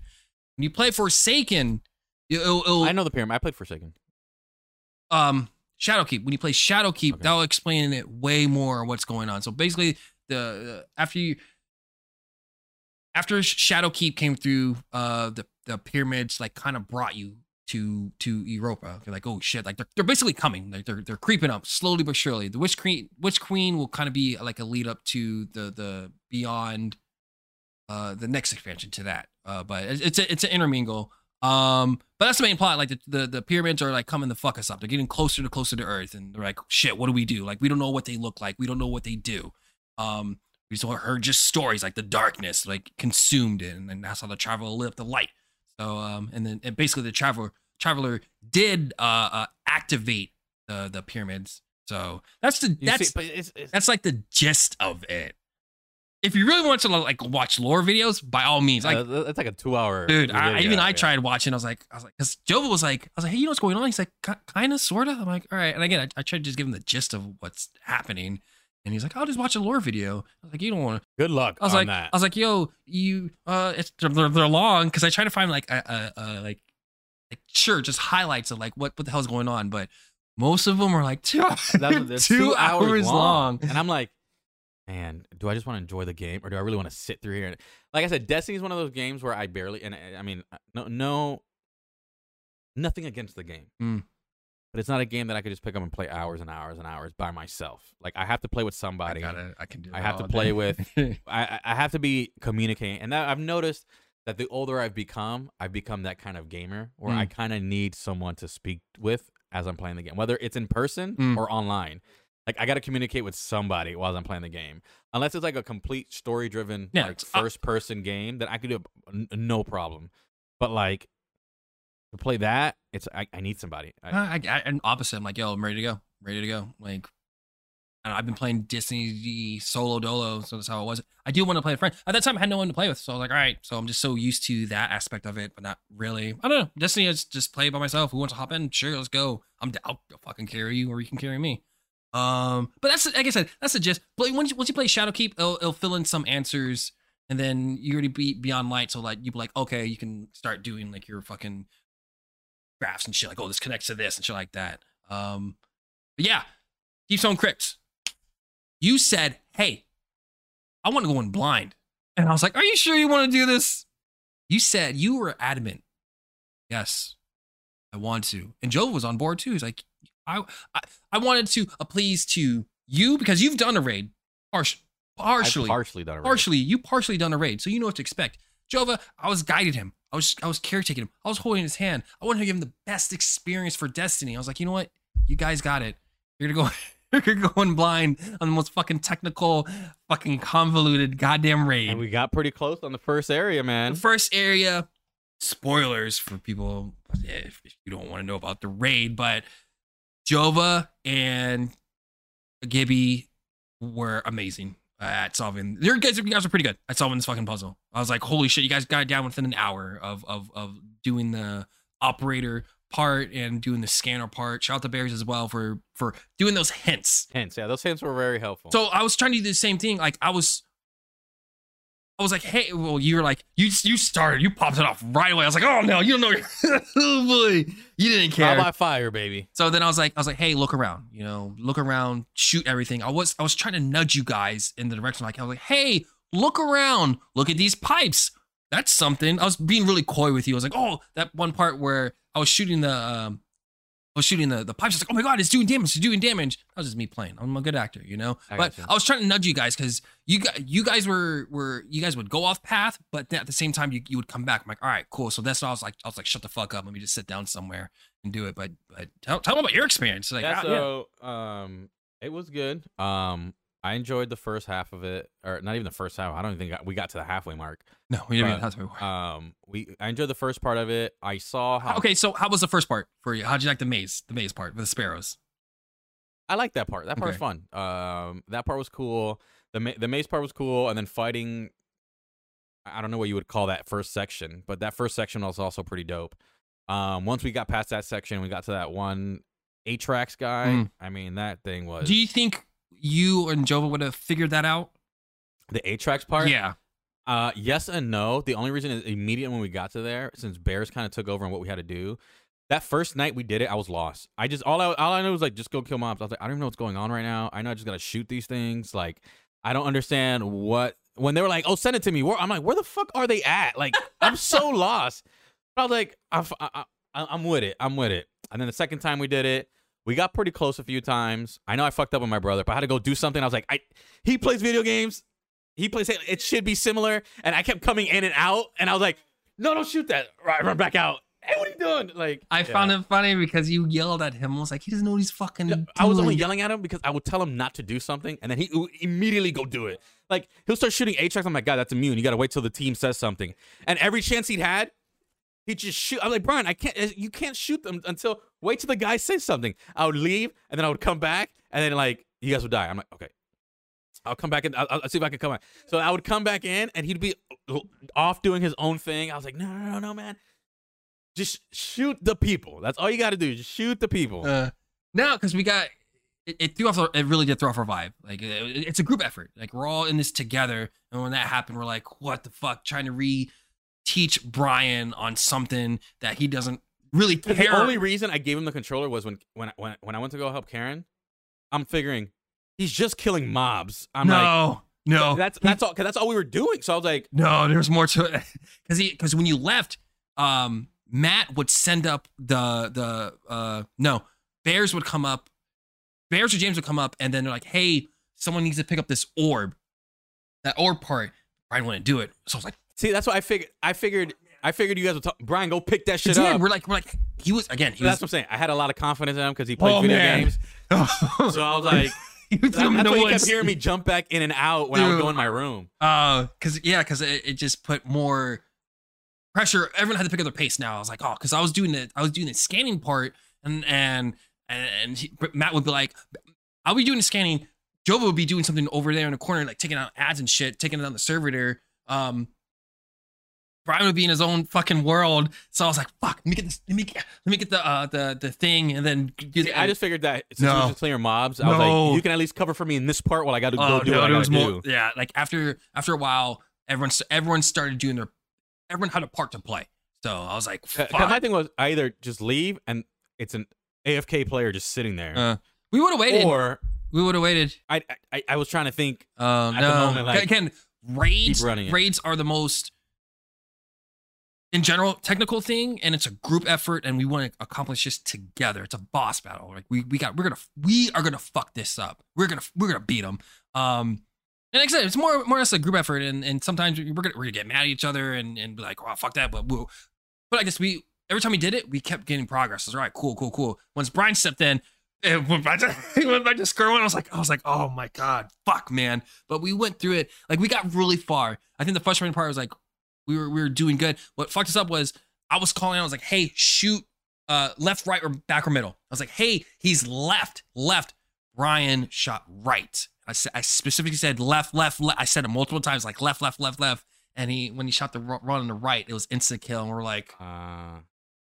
When you play Forsaken, it- it'll, it'll,
i know the pyramid i played forsaken
um Shadowkeep. When you play Shadowkeep,
Okay.
that'll explain it way more what's going on. So basically, the uh, after you after Shadowkeep came through, uh, the the pyramids like kind of brought you to to Europa. You're like, oh shit! Like they're, they're basically coming. Like they're they're creeping up slowly but surely. The Witch Queen Witch Queen will kind of be like a lead up to the the beyond, uh, the next expansion to that. Uh, but it's it's, a, it's an intermingle. Um, but that's the main plot. Like the, the the pyramids are like coming to fuck us up. They're getting closer to closer to Earth, and they're like, shit, what do we do? Like we don't know what they look like. We don't know what they do. Um, we just heard just stories like the darkness like consumed it, and, and that's how the traveler lived the light. So um, and then and basically the traveler traveler did uh, uh activate the the pyramids So that's the
You see-
that's
but it's, it's,
that's like the gist of it. If you really want to like watch lore videos, by all means, like
uh, th- it's like a two-hour.
dude, I,
video,
even I
yeah.
tried watching. I was like, I was like, because Jova was like, I was like, hey, you know what's going on? He's like, kind of, sorta. I'm like, all right. And again, I, I tried to just give him the gist of what's happening, and he's like, I'll just watch a lore video. I was like, you don't want to.
Good luck
I was
on
like,
that.
I was like, yo, you, uh, it's they're, they're they're long because I try to find like a, a, a like, like sure, just highlights of like what what the hell's going on, but most of them are like two,
That's- that's
two hours, long.
And I'm like, man, do I just want to enjoy the game or do I really want to sit through here? And, like I said, Destiny is one of those games where I barely, and I, I mean, uh, no, no, nothing against the game.
Mm.
But it's not a game that I could just pick up and play hours and hours and hours by myself. Like I have to play with
I
somebody.
gotta, I can do.
I
it
have to
all
play
day.
with- I, I- I have to be communicating. And that, I've noticed that the older I've become, I've become that kind of gamer where I
Mm.
kind of need someone to speak with as I'm playing the game, whether it's in person
Mm.
or online. Like I got to communicate with somebody while I'm playing the game, unless it's like a complete story-driven,
Yeah,
like
it's- uh I-
first-person game that I could do n- no problem. But like to play that, it's I, I need somebody. I,
I, I, I'm opposite. I'm like, yo, I'm ready to go, ready to go. Like, I don't know, I've been playing Disney solo dolo, so that's how it was. I do want to play with friends. At that time, I had no one to play with, so I was like, all right. So I'm just so used to that aspect of it, but not really. I don't know. Destiny is just play by myself. Who wants to hop in? Sure, let's go. I'm d- I'll fucking carry you, or you can carry me. Um, but that's like I said, that's the gist. But once you, once you play Shadowkeep, it'll, it'll fill in some answers, and then you already be beyond light. So like you be like, okay, you can start doing like your fucking graphs and shit. Like, oh, this connects to this and shit like that. Um, but yeah, Deepstone Crypts. You said, hey, I want to go in blind, and I was like, are you sure you want to do this? You said you were adamant. Yes, I want to, and Jove was on board too. He's like, I, I, I wanted to appease to you because you've done a raid, partially,
I've
partially,
partially done it.
partially you partially done a raid so you know what to expect jova i was guided him i was i was caretaking him i was holding his hand i wanted to give him the best experience for destiny i was like you know what you guys got it you're gonna go you're going blind on the most fucking technical fucking convoluted goddamn raid
and we got pretty close on the first area, man.
the first area spoilers for people if, if you don't want to know about the raid but jova and gibby were amazing at solving your guys you guys are pretty good at solving this fucking puzzle i was like holy shit you guys got it down within an hour of of of doing the operator part and doing the scanner part shout out to bears as well for for doing those hints
Hints, yeah, those hints were very helpful.
so I was trying to do the same thing. Like I was, I was like, hey, well, you were like, you you started, you popped it off right away. I was like, oh no, you don't know, oh boy, you didn't
Trial
care.
by fire, baby.
So then I was like, I was like, hey, look around, you know, look around, shoot everything. I was I was trying to nudge you guys in the direction. Like I was like, hey, look around, look at these pipes. That's something. I was being really coy with you. I was like, oh, that one part where I was shooting the um, I was shooting the, the pipes. I was like, oh my god, it's doing damage, it's doing damage. That was just me playing. I'm a good actor, you know.
I
but
gotcha.
I was trying to nudge you guys because you guys you guys were were you guys would go off path, but then at the same time you, you would come back. I'm like, all right, cool. So that's what I was like, I was like, shut the fuck up. Let me just sit down somewhere and do it. But but tell, tell them about your experience. Like,
yeah,
ah, yeah.
so um, it was good. Um, I enjoyed the first half of it, or not even the first half. I don't even think I- we got to the halfway mark.
no, we didn't even
but,
have to.
Um, we I enjoyed the first part of it. I saw how
okay, so how was the first part for you? How'd you like the maze, the maze part with the sparrows?
I like that part. That part's fun. Um, that part was cool. The ma- the maze part was cool, and then fighting. I I don't know what you would call that first section, but that first section was also pretty dope. Um, once we got past that section, we got to that one Atrax guy.
Mm.
I mean, that thing was
Do you think you and Jova would have figured that out?
the Atrax part.
Yeah,
Uh, yes and no. The only reason is immediate when we got to there, since Bears kind of took over on what we had to do. That first night we did it, I was lost. I just all I all I know was like just go kill mobs. I was like, I don't even know what's going on right now. I know I just gotta shoot these things. Like, I don't understand what when they were like, oh, send it to me. Where I'm like, where the fuck are they at? Like, I'm so lost. But I was like, I'm, I, I, I'm with it. I'm with it. And then the second time we did it, we got pretty close a few times. I know I fucked up with my brother, but I had to go do something. I was like, I he plays video games. He plays it should be similar. And I kept coming in and out. And I was like, no, don't shoot that. Right, run back out. Hey, what are you doing? Like
I found
him.
it funny because you yelled at him. I was like, he doesn't know what he's fucking.
I was only
doing.
yelling at him because I would tell him not to do something, and then he would immediately go do it. Like he'll start shooting Atrax. I'm like, God, that's immune. You gotta wait till the team says something. And every chance he'd had, he'd just shoot. I'm like, eh, Brian, I can't. You can't shoot them until wait till the guy says something. I would leave, and then I would come back, and then like you guys would die. I'm like, okay, I'll come back and I'll, I'll see if I can come back. So I would come back in, and he'd be off doing his own thing. I was like, no, no, no, no, man, just shoot the people. That's all you got to do. Just shoot the people.
Uh, no, because we got it, it threw off. our- It really did throw off our vibe. Like it, it- it's a group effort. Like we're all in this together. And when that happened, we're like, what the fuck? Trying to re teach Brian on something that he doesn't really
the
care.
only reason I gave him the controller was when when when when I went to go help Karen. I'm figuring he's just killing mobs. I'm like.
no, no,
That's that's all. Cause that's all we were doing. So I was like,
no. There's more to it. Because he because when you left, um, Matt would send up the the uh no bears would come up, bears or James would come up, and then they're like, hey, someone needs to pick up this orb. That orb part, Brian wouldn't do it. So I was like.
see, that's what I figured. I figured. I figured you guys would talk. Brian, go pick that shit
It's
up.
him. We're like, we're like, he was again. He
So that's
was.
what I'm saying. I had a lot of confidence in him because he played
Oh,
video
man.
games. So I was like,
he was
that,
in
that's
the
why you
woods.
kept hearing me jump back in and out when I would
Dude.
go in my room.
Uh, cause yeah, cause it, it just put more pressure. Everyone had to pick up their pace. Now I was like, oh, cause I was doing the I was doing the scanning part, and and and, and he, but Matt would be like, I'll be doing the scanning. Jova would be doing something over there in the corner, like taking out ads and shit, taking it on the server there. Um, Brian would be in his own fucking world. So I was like, fuck, let me get this, let me get, let me get the uh the the thing, and then do
See,
the-
I just figured that since you
No.
were just clearing mobs, I was
No.
like, you can at least cover for me in this part while I got to go do
no,
what I
there
got
was
to
Oh, more-
do.
Yeah, like after after a while, everyone st- everyone started doing their everyone had a part to play. So I was like,
Uh,
fuck.
'cause My thing was I either just leave and it's an AFK player just sitting there,
Uh, we would have waited.
or
we would have waited.
I, I I was trying to think.
Oh
At the
no!
moment, like,
Again, raids
keep running it.
raids are the most in general technical thing, and it's a group effort, and we want to accomplish this together. It's a boss battle. Like we we got we're gonna we are gonna fuck this up. We're gonna we're gonna beat them. Um, and like I said, it's more more or less a group effort, and and sometimes we're gonna we're gonna get mad at each other and and be like, oh fuck that, but woo. But I guess we every time we did it, we kept getting progress. It's all right, cool, cool, cool. Once Brian stepped in, it went back to it went back to square one. I was like, I was like, oh my god, fuck, man. But we went through it. Like we got really far. I think the frustrating part was like we were we were doing good. What fucked us up was I was calling. out, I was like, hey, shoot, uh, left, right, or back or middle. I was like, hey, he's left, left. Brian shot right. I said I specifically said left, left, left. I said it multiple times, like left, left, left, left. And he when he shot the ru- run on the right, it was insta kill, and we're like,
Uh,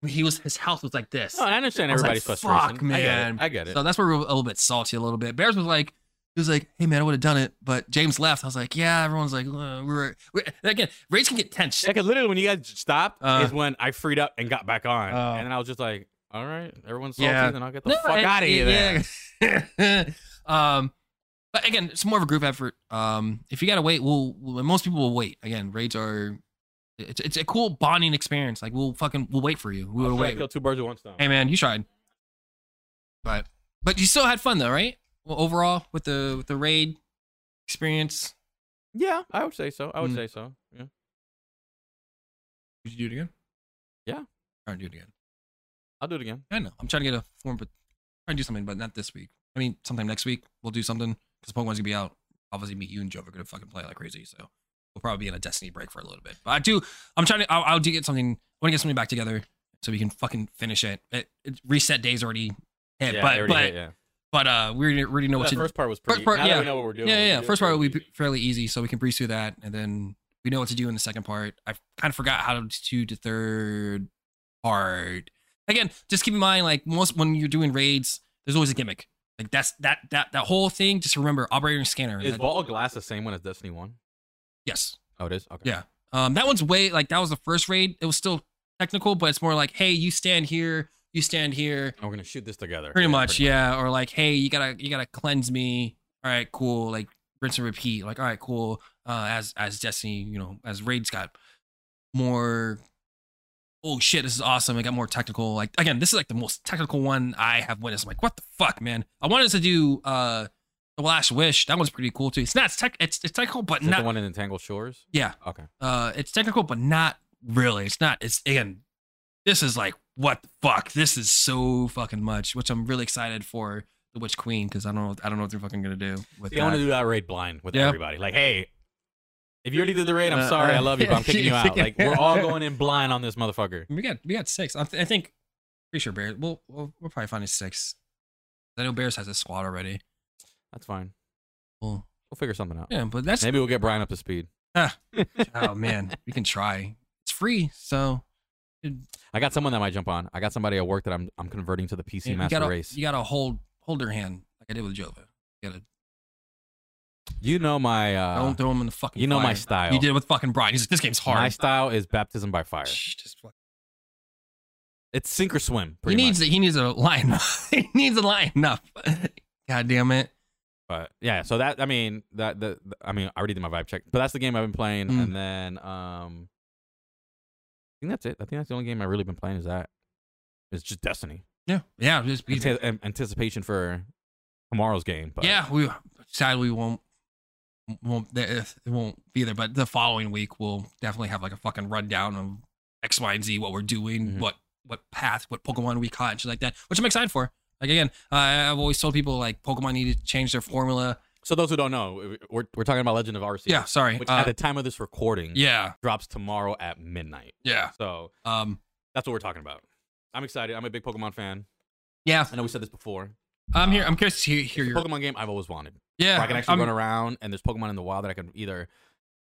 he was his health was like this.
no, I understand
I was like,
everybody's frustration.
"Fuck,
I get
man."
it. I get it.
So that's where we were a little bit salty, a little bit. Bears was like, he was like, "Hey man, I would have done it, but James left." I was like, "Yeah." Everyone's like, uh, we "We're we again." Raids can get tense.
Yeah, 'cause literally when you guys stopped
Uh.
is when I freed up and got back on,
Oh.
and then I was just like, "All right, everyone's salty,
Yeah.
then I'll get the fuck
and-
out of here." then."
yeah. um, but again, it's more of a group effort. Um, if you gotta wait, we'll, we'll- most people will wait. Again, raids are it's it's a cool bonding experience. Like we'll fucking we'll wait for you.
I was
We'll
trying to
wait.
kill two birds with one stone.
Hey man, you tried, but but you still had fun though, right? Well, overall with the with the raid experience,
Yeah, I would say so. I would
Mm.
say so. Yeah.
would you do it again?
Yeah.
try and do it again.
I'll do it again.
I know. I'm trying to get a form, but trying to do something, but not this week. I mean, sometime next week we'll do something because Pokemon's gonna be out. Obviously, me, you, and Joe are gonna fucking play like crazy, so we'll probably be in a Destiny break for a little bit. But I do. I'm trying to. I'll, I'll do get something. I want to get something back together so we can fucking finish it. it, it reset days already hit,
yeah, I
but
already
but
hit, yeah.
but uh, we already, already know
That
what to.
first part was
first
pretty.
part,
now
yeah.
that we know what we're doing.
yeah,
we
yeah, yeah.
can do
First
it
part will be
pretty
fairly easy, so we can breeze through that, and then we know what to do in the second part. I kind of forgot how to do the third part. Again, just keep in mind, like most when you're doing raids, there's always a gimmick. Like that's that that that whole thing. Just remember operating scanner.
easy. Is
That-
Ball of Glass the same one as Destiny One?
yes.
Oh, it is. Okay.
Yeah. Um, that one's way like that was the first raid. It was still technical, but it's more like, hey, you stand here, you stand here.
And we're gonna shoot this together.
pretty much yeah or like hey you gotta you gotta cleanse me all right cool like rinse and repeat like all right cool uh as as destiny you know as raids got more oh shit this is awesome it got more technical like again this is like the most technical one i have witnessed i'm like what the fuck man i wanted to do uh the last wish that one's pretty cool too it's not it's tech it's, it's technical but
Is that
not
the one in Entangled Shores?
Yeah.
Okay.
uh it's technical but not really it's not it's again this is like what the fuck this is so fucking much which i'm really excited for the witch queen because i don't know i don't know what they're fucking gonna do with
See, I want to
that.
do that raid blind with
Yeah.
everybody. Like, hey, if you already did the raid, I'm
Uh,
sorry,
uh,
I love you, but I'm kicking you out.
yeah.
Like, we're all going in blind on this motherfucker.
we got we got six i, th- I think pretty sure bears we'll, we'll we'll probably find a six i know bears has a squad already
That's fine.
Well,
We'll figure something out.
yeah, but that's
Maybe we'll get Brian up to speed.
Ah. oh man, we can try. It's free, so
I got someone that might jump on. I got somebody at work that I'm I'm converting to the PC
you
Master
gotta
race.
you gotta hold hold their hand like I did with Jova. You gotta
You know my uh,
don't throw them in the fucking.
you know my
fire.
style.
You did it with fucking Brian. He's like, this game's hard.
My style is baptism by fire.
Shh, just fuck.
It's sink or swim.
He
Pretty
needs
much.
he needs a line. he needs a line up. God damn it.
But yeah, so that I mean that the, the- I mean I already did my vibe check, but that's the game I've been playing,
Mm.
and then um, I think that's it. I think that's the only game I've really been playing is that. It's just Destiny.
Yeah, yeah. Just be,
Ante- an- anticipation for tomorrow's game. But
yeah. We sadly we won't won't it won't be there. But the following week we'll definitely have like a fucking rundown of X, Y, and Z, what we're doing,
Mhm.
what what path, what Pokemon we caught, and shit like that, which I'm excited for. Like again, uh, I've always told people like Pokemon need to change their formula.
So those who don't know, we're, we're talking about Legend of Arceus.
Yeah, sorry.
Which
Uh,
at the time of this recording
yeah,
drops tomorrow at midnight.
yeah.
So
Um,
that's what we're talking about. I'm excited. I'm a big Pokemon fan.
yeah.
I know we said this before.
I'm here. I'm curious to hear, hear
It's
your
a Pokemon game I've always wanted.
yeah.
where I can actually
I'm-
run around and there's Pokemon in the wild that I can either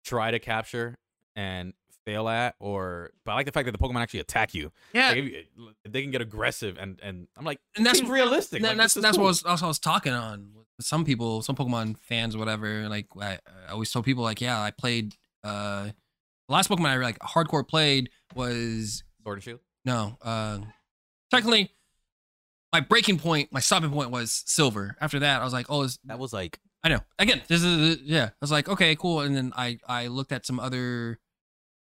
try to capture and fail at or but I like the fact that the Pokemon actually attack you.
yeah.
Like, if you- if they can get aggressive and and I'm like
And that's-
seems realistic.
And
Like,
that's
this is
that's
cool.
what I was, that's what I was talking on. with Some people, some Pokemon fans, whatever. Like I, I always tell people, like, yeah, I played. uh The last Pokemon I like hardcore played was
Sword and Shield.
no. uh Technically, my breaking point, my stopping point was Silver. After that, I was like, oh, this,
That was like
I know. Again, this is yeah. I was like, okay, cool. And then I I looked at some other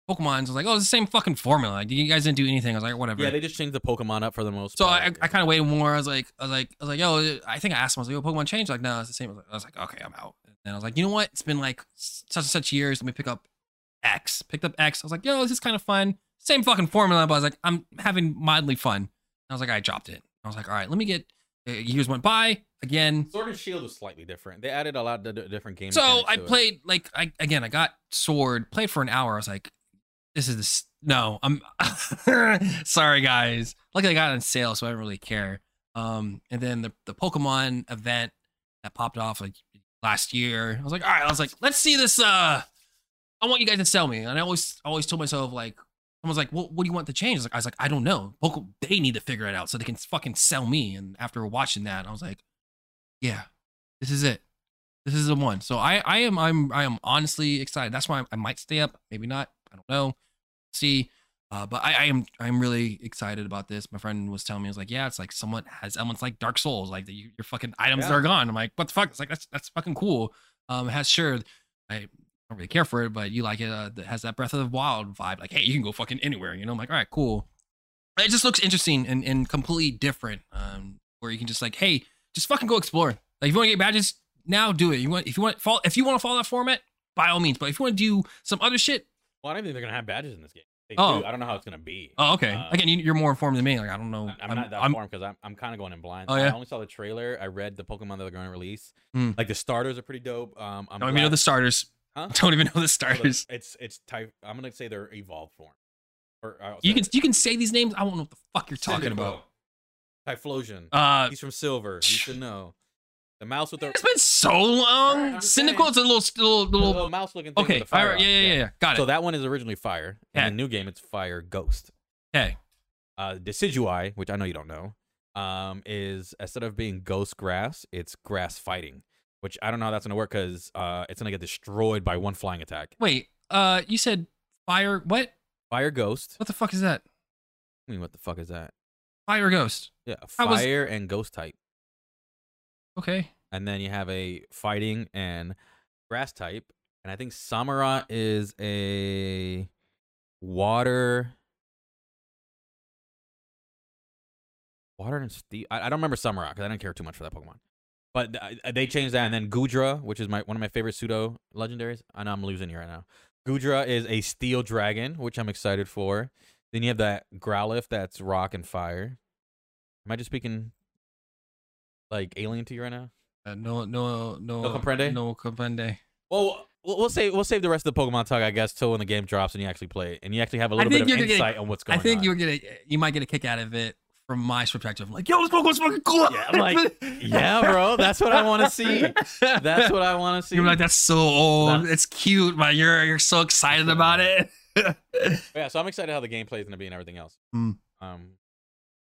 Pokemons. I was like, oh, it's the same fucking formula. Like, you guys didn't do anything. I was like, whatever.
Yeah, they just changed the Pokemon up for the most
So
part.
I, I kind of waited more. I was like, I was like, I was like, yo, I think I asked him. I was like, yo, Pokemon changed. Like, no, it's the same. I was like- I was like, okay, I'm out. And I was like, you know what? It's been like such and such years. Let me pick up X. Picked up X. I was like, yo, this is kind of fun. Same fucking formula, but I was like, I'm having mildly fun. And I was like, I dropped it. I was like, all right, let me get. uh, Years went by again.
Sword and Shield was slightly different. They added a lot of d- different games.
So I played like I again. I got Sword. Played for an hour. I was like, this is this. No, I'm sorry, guys. Luckily, I got it on sale, so I don't really care. Um, and then the the Pokemon event that popped off like last year. I was like, all right. I was like, let's see this. Uh, I want you guys to sell me. And I always I always told myself like. Someone's like, well, what do you want to change? I was like, I, was like, I don't know. Poke- they need to figure it out so they can fucking sell me. And after watching that, I was like, yeah, this is it. This is the one. So I, I am, I'm, I am honestly excited. That's why I might stay up, maybe not. I don't know. See, uh, but I, I am, I'm really excited about this. My friend was telling me, I was like, yeah, it's like someone has elements like Dark Souls, like that. You, your fucking items
Yeah.
are gone. I'm like, what the fuck? It's like that's that's fucking cool. Um, it has sure, I don't really care for it, but you like it. Uh, that has that Breath of the Wild vibe. Like, hey, you can go fucking anywhere. You know, I'm like, all right, cool. It just looks interesting and and completely different. Um, where you can just like, hey, just fucking go explore. Like, if you want to get badges, now do it. You want if you want fall if you want to follow that format, by all means. But if you want to do some other shit,
Well, I don't think they're gonna have badges in this game. They
Oh.
do. I don't know how it's gonna be.
oh okay.
Uh,
Again, you, you're more informed than me. Like, I don't know.
I- I'm, not that
I'm-
far because I'm, I'm kind of going in blind.
Oh, yeah?
I only saw the trailer. I read the Pokemon that they're going to release.
Mm.
Like the starters are pretty dope. Um, I'm
I don't even know
glad-
the starters.
Huh?
Don't even know the
Well,
starters.
It's it's type. I'm gonna say they're evolved form. Or uh,
You
sorry,
can you can say these names. I won't know what the fuck you're talking about.
Cyndaquil, Typhlosion.
Uh,
He's from Silver. You should know. The mouse with the,
it's been so long.
Alright, I'm just saying.
Cynical's a little little
the
little.
little Oh, mouse looking thing.
okay,
With the
all
fire
right,
on
yeah,
it.
yeah, yeah, yeah. Got
So
it.
that one is originally Fire.
Yeah.
And the new game, it's Fire Ghost.
Okay.
Uh, Decidueye, which I know you don't know, um, is instead of being ghost grass, it's grass fighting, which I don't know how that's gonna work because uh, it's gonna get destroyed by one flying attack.
Wait, uh, you said fire. What?
Fire Ghost.
What the fuck is that?
I mean, what the fuck is that?
Fire ghost.
Yeah,
I was-
fire and ghost type,
Okay.
and then you have a fighting and grass type, and I think Samara is a water. Water and steel. I, I don't remember Samara because I didn't care too much for that Pokemon. But uh, they changed that, and then Gudra, which is my one of my favorite pseudo legendaries. I know I'm losing you right now. Gudra is a steel dragon, which I'm excited for. Then you have that Growlithe that's rock and fire. Am I just speaking like alien to you right now?
Uh, no, no, no.
No comprende?
No comprende.
Well, we'll we'll save we'll save the rest of the Pokemon talk, I guess, till when the game drops and you actually play it and you actually have a
I
little
think
bit of
you're gonna
insight
get-
on what's going
I
on.
think you're gonna. You might get a kick out of it from my perspective. I'm like, yo, this Pokemon's fucking cool.
Yeah, I'm like, yeah, bro. That's what I want to see. That's what I want to see.
You're like, that's so old.
That's-
it's cute, but you're you're so excited about it.
But yeah, so I'm excited how the gameplay is gonna be and everything else.
Mm.
Um,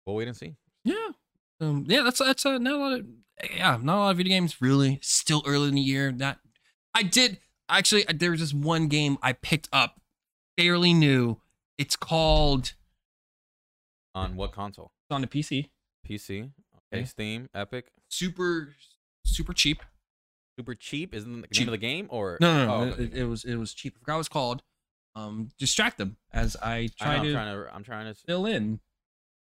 we'll wait and see.
yeah, um, yeah. That's that's uh, not a lot of yeah, not a lot of video games really. Still early in the year. Not. I did actually. I- There was this one game I picked up, fairly new. It's called it's
On what console?
on the PC.
PC,
Yeah.
okay, Steam, Epic.
Super super cheap.
Super cheap. Isn't the
Cheap.
name of the game or
No, no, no.
Oh,
it-
okay.
it, it was it was cheap. I forgot what it's called. Um, distract them as I
I
try
know, I'm
to
trying to. I'm trying to. s-
fill in.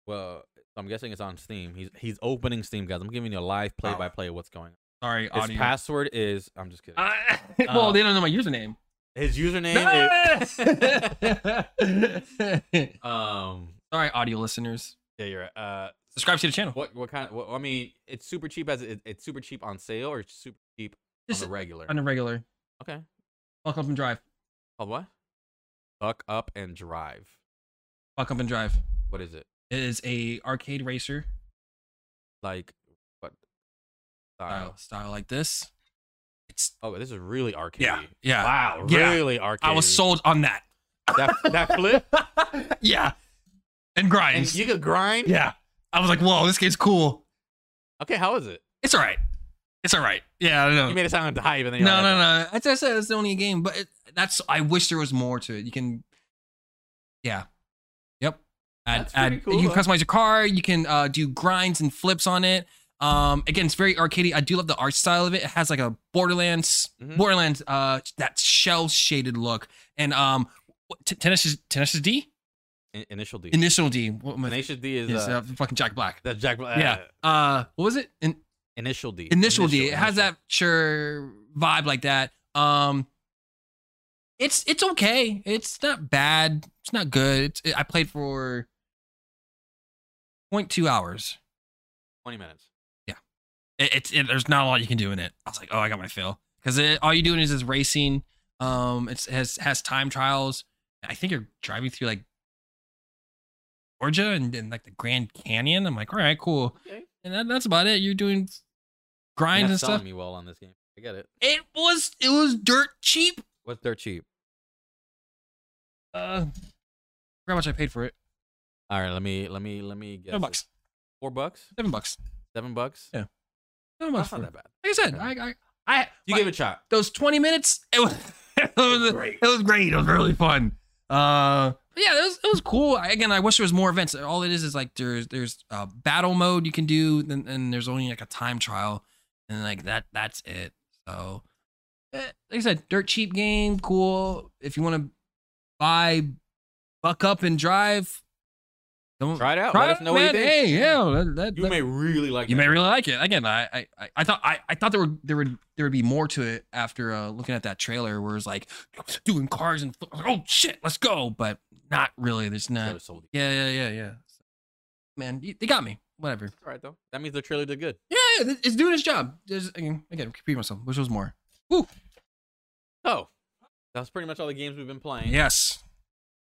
Well, I'm guessing it's on Steam. He's he's opening Steam, guys. I'm giving you a live play by play of what's going
Sorry,
on. His
audio.
password is. I'm just kidding.
I- well,
Uh,
they don't know my username.
His username is. um.
Sorry, audio listeners.
Yeah, you're right. Uh,
Subscribe to the channel.
what what kind? Of, what, I mean, it's super cheap as it, it's super cheap on sale or it's super cheap
Just
on the regular.
on a regular.
Okay.
Fuck up and drive.
Called what? Buck up and drive.
Fuck up and drive.
What is it?
It is a arcade racer
Like what?
style,
Style.
style like this. It's
Oh, this is really arcade.
yeah, yeah.
Wow,
Yeah.
really arcade.
I was sold on that.
that, that flip.
yeah, and
and
grinds.
you could grind.
yeah, I was like, whoa, this game's cool.
Okay, how is it?
It's all right. It's all right. Yeah, I don't know.
You made it sound hype, and then you're
Oh. No,
like,
no,
okay.
no. As I said, it's only a game, but it, that's. I wish there was more to it. You can, yeah, yep. Add,
That's pretty
add,
cool,
you
huh?
can customize your car. You can uh, do grinds and flips on it. Um, again, it's very arcadey. I do love the art style of it. It has like a Borderlands,
Mhm.
Borderlands, uh, that shell shaded look. And um, what- T- Tennis is Tennis is D,
In- initial D.
Initial D. What am I?
initial D is,
is,
uh,
uh, fucking Jack Black.
that's Jack. Bla-
yeah.
uh,
Uh, what was it? In,
Initial D.
initial D. It has
initial.
that sure vibe like that. Um, it's it's okay. It's not bad. It's not good. It's, I played for 0.2 hours.
Twenty minutes.
It, it's it, there's not a lot you can do in it. I was like, oh, I got my fill because all you're doing is is racing. Um, it's has has time trials. I think you're driving through like Georgia and, and like the Grand Canyon. I'm like, all right, cool.
Okay.
And that, that's about it. You're doing
You're
grinds
not
and stuff.
selling me well on this game. I get it.
It was it was dirt cheap.
What's dirt cheap?
Uh, forgot how much I paid for it.
All right, let me let me let me guess.
Seven
this.
bucks.
Four bucks.
Seven bucks.
Seven bucks.
Yeah, Seven bucks.
That's
For
not
it.
that
Like
bad.
I said, I I, I
You
my-
gave it a shot.
those twenty minutes. It was it was
Great.
it was great. It was really fun. Uh, but yeah, it was it was cool. I, again, I wish there was more events. All it is is like there's there's a battle mode you can do, and, and there's only like a time trial, and like that that's it. So, eh, like I said, dirt cheap game, cool. If you want to buy, buck up and drive. Don't,
Try it out.
Try
Let us
it,
know what you
man.
think.
Hey, yeah, let- let-
You
let-
may really like.
you
that
may
game.
really like it. Again, I I, I- I thought I, I thought there would there would there would be more to it after uh, looking at that trailer where it's like doing cars and oh shit, let's go, but not really. There's
So
not.
it's sold.
Yeah, yeah, yeah, yeah. Man, y- they got me. Whatever.
All right though. That means the trailer did good.
Yeah, yeah, th- it's doing its job. There's, again, again, repeat myself. Which was more?
Oh, that's pretty much all the games we've been playing.
Yes.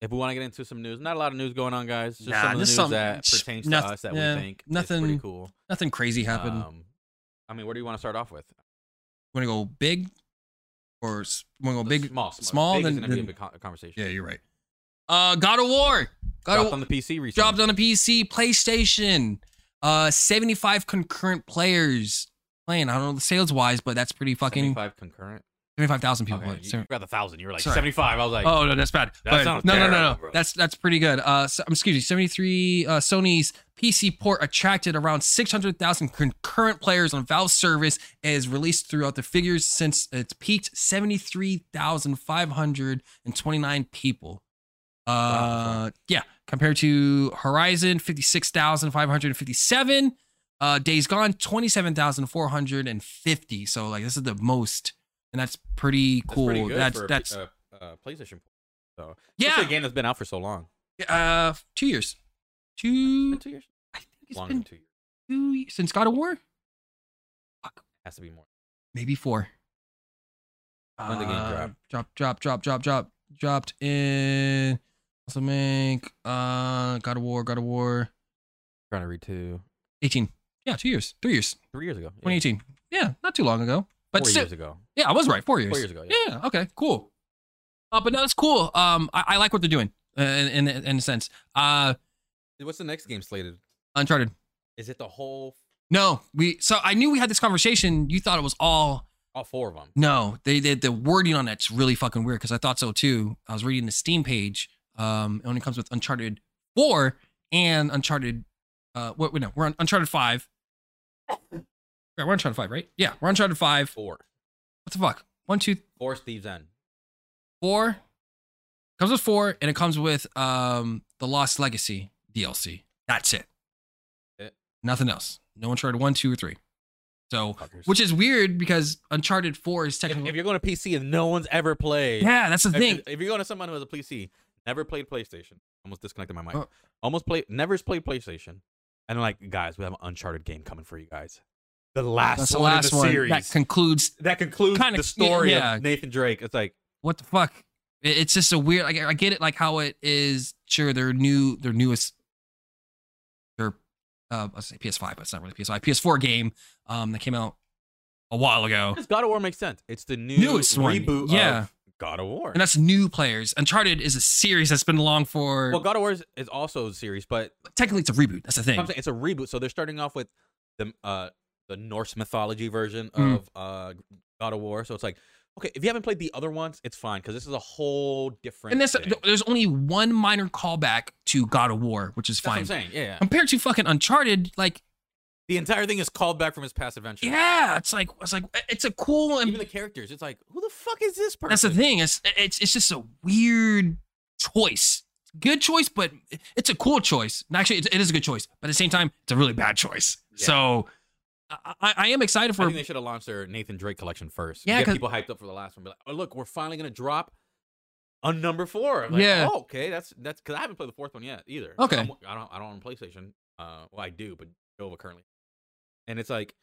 If we want to get into some news, not a lot of news going on, guys. Just
Nah,
some of the
just
news
some-
that
sh-
pertains to
noth-
us that
yeah,
we think is pretty
nothing
cool.
Nothing crazy happened.
Um, I mean, where do you want to start off with?
want to go big, or s- want to go
The
big?
small,
small,
Big is
then-
gonna be a
then-
big con- conversation.
Yeah, you're right. Uh, God of War. God of
Dropped
War.
on the PC recently.
dropped on a PC, PlayStation. Uh, 75 concurrent players playing. I don't know the sales wise, but that's pretty fucking
75 concurrent.
75,000 people.
Okay,
played.
you,
So-
you got the thousand. You were like
Sorry.
75. I was like,
oh no, that's bad.
That
But-
sounds
no, no, no,
terrible,
no.
bro.
That's that's pretty good. Uh, so, um, excuse me. 73 uh, Sony's PC port attracted around 600,000 concurrent players on Valve service and is released throughout the figures since it's peaked 73,529 people.
Wow,
Uh, yeah, compared to Horizon 56,557, uh, Days Gone 27,450. So like this is the most and that's pretty
that's
cool.
pretty good
that's
for a P-
that's
uh, uh, PlayStation. So
yeah.
It's a game that's been out for so long.
Uh, two years. Two.
Been two years.
I think Mm, it's
Longer
been
than two years.
two ye- since God of War.
Has to be more.
Maybe four. Uh,
When did the game drop?
Drop, drop, drop, drop, drop, dropped in. Also make uh God of War, God of War.
trying to read two,
18. Yeah, two years, three years,
three years ago. Yeah,
2018. Yeah, not too long ago. But
four
still,
years ago.
yeah, I was right. Four years.
Four years ago. Yeah.
Yeah. Okay. Cool. Uh, but no, that's cool. Um, I, I like what they're doing uh, in, in in a sense. Uh,
What's the next game slated?
Uncharted.
Is it the whole
No, we. So I knew we had this conversation. You thought it was all
all oh, four of them?
No, they, they the wording on that's really fucking weird because I thought so too. I was reading the Steam page. Um, it only comes with Uncharted Four and Uncharted. Uh, what? wait, No, we're on Uncharted Five. Yeah, we're on Uncharted Five, right? Yeah, we're on Uncharted Five.
Four.
What the fuck? One, two,
Four Steve's End.
four. Comes with four, and it comes with um the Lost Legacy DLC. That's it.
It.
Nothing else. No Uncharted One, Two, or Three. So,
Fuckers.
which is weird because Uncharted Four is
if,
technically
if you're going to PC and no one's ever played.
yeah, that's the
If-
thing.
If, if you're going to someone who has a PC, never played PlayStation. Almost disconnected my mic.
Oh.
Almost played, never's played PlayStation. And I'm like, guys, we have an Uncharted game coming for you guys. The last
That's the
one
last
in the
one
series.
that concludes.
that concludes
Kinda-
the story
yeah.
of Nathan Drake. It's like
What the fuck? It- It's just a weird. Like I get it, like how it is. Sure, their new, their newest, their uh, I say PS5, but it's not really PS5, PS4 game um that came out a while ago,
this God of War makes sense. It's the new
Oh. Newest one,
reboot
yeah.
of God of War.
and that's new players. Uncharted is a series that's been along for
well, God of War is, is also a series, but
technically it's a reboot. That's the thing.
I'm saying it's a reboot. So they're starting off with the uh the Norse mythology version
Mm.
of uh God of War. So it's like, okay, if you haven't played the other ones, it's fine because this is a whole different.
And that's
thing. That's
there's only one minor callback to God of War, which is
what
fine. Um,
I'm saying. Yeah, yeah.
Compared to fucking Uncharted, like
The entire thing is called back from his past adventure.
yeah, it's like it's like it's a cool and
Even the characters, it's like, who the fuck is this person?
That's the thing. It's it's it's just a weird choice. Good choice, but it's a cool choice. And actually, it, it is a good choice, but at the same time, it's a really bad choice.
Yeah.
So I, I, I am excited
I
for.
think they should have launched their Nathan Drake collection first.
Yeah,
Yeah, get
'cause-
people hyped up for the last one. Be like, oh look, we're finally gonna drop a number four. I'm like,
Yeah.
Oh, okay, that's that's because I haven't played the fourth one yet either.
Okay.
I'm, I don't. I don't own PlayStation. Uh, well, I do, but Nova currently. And it's like,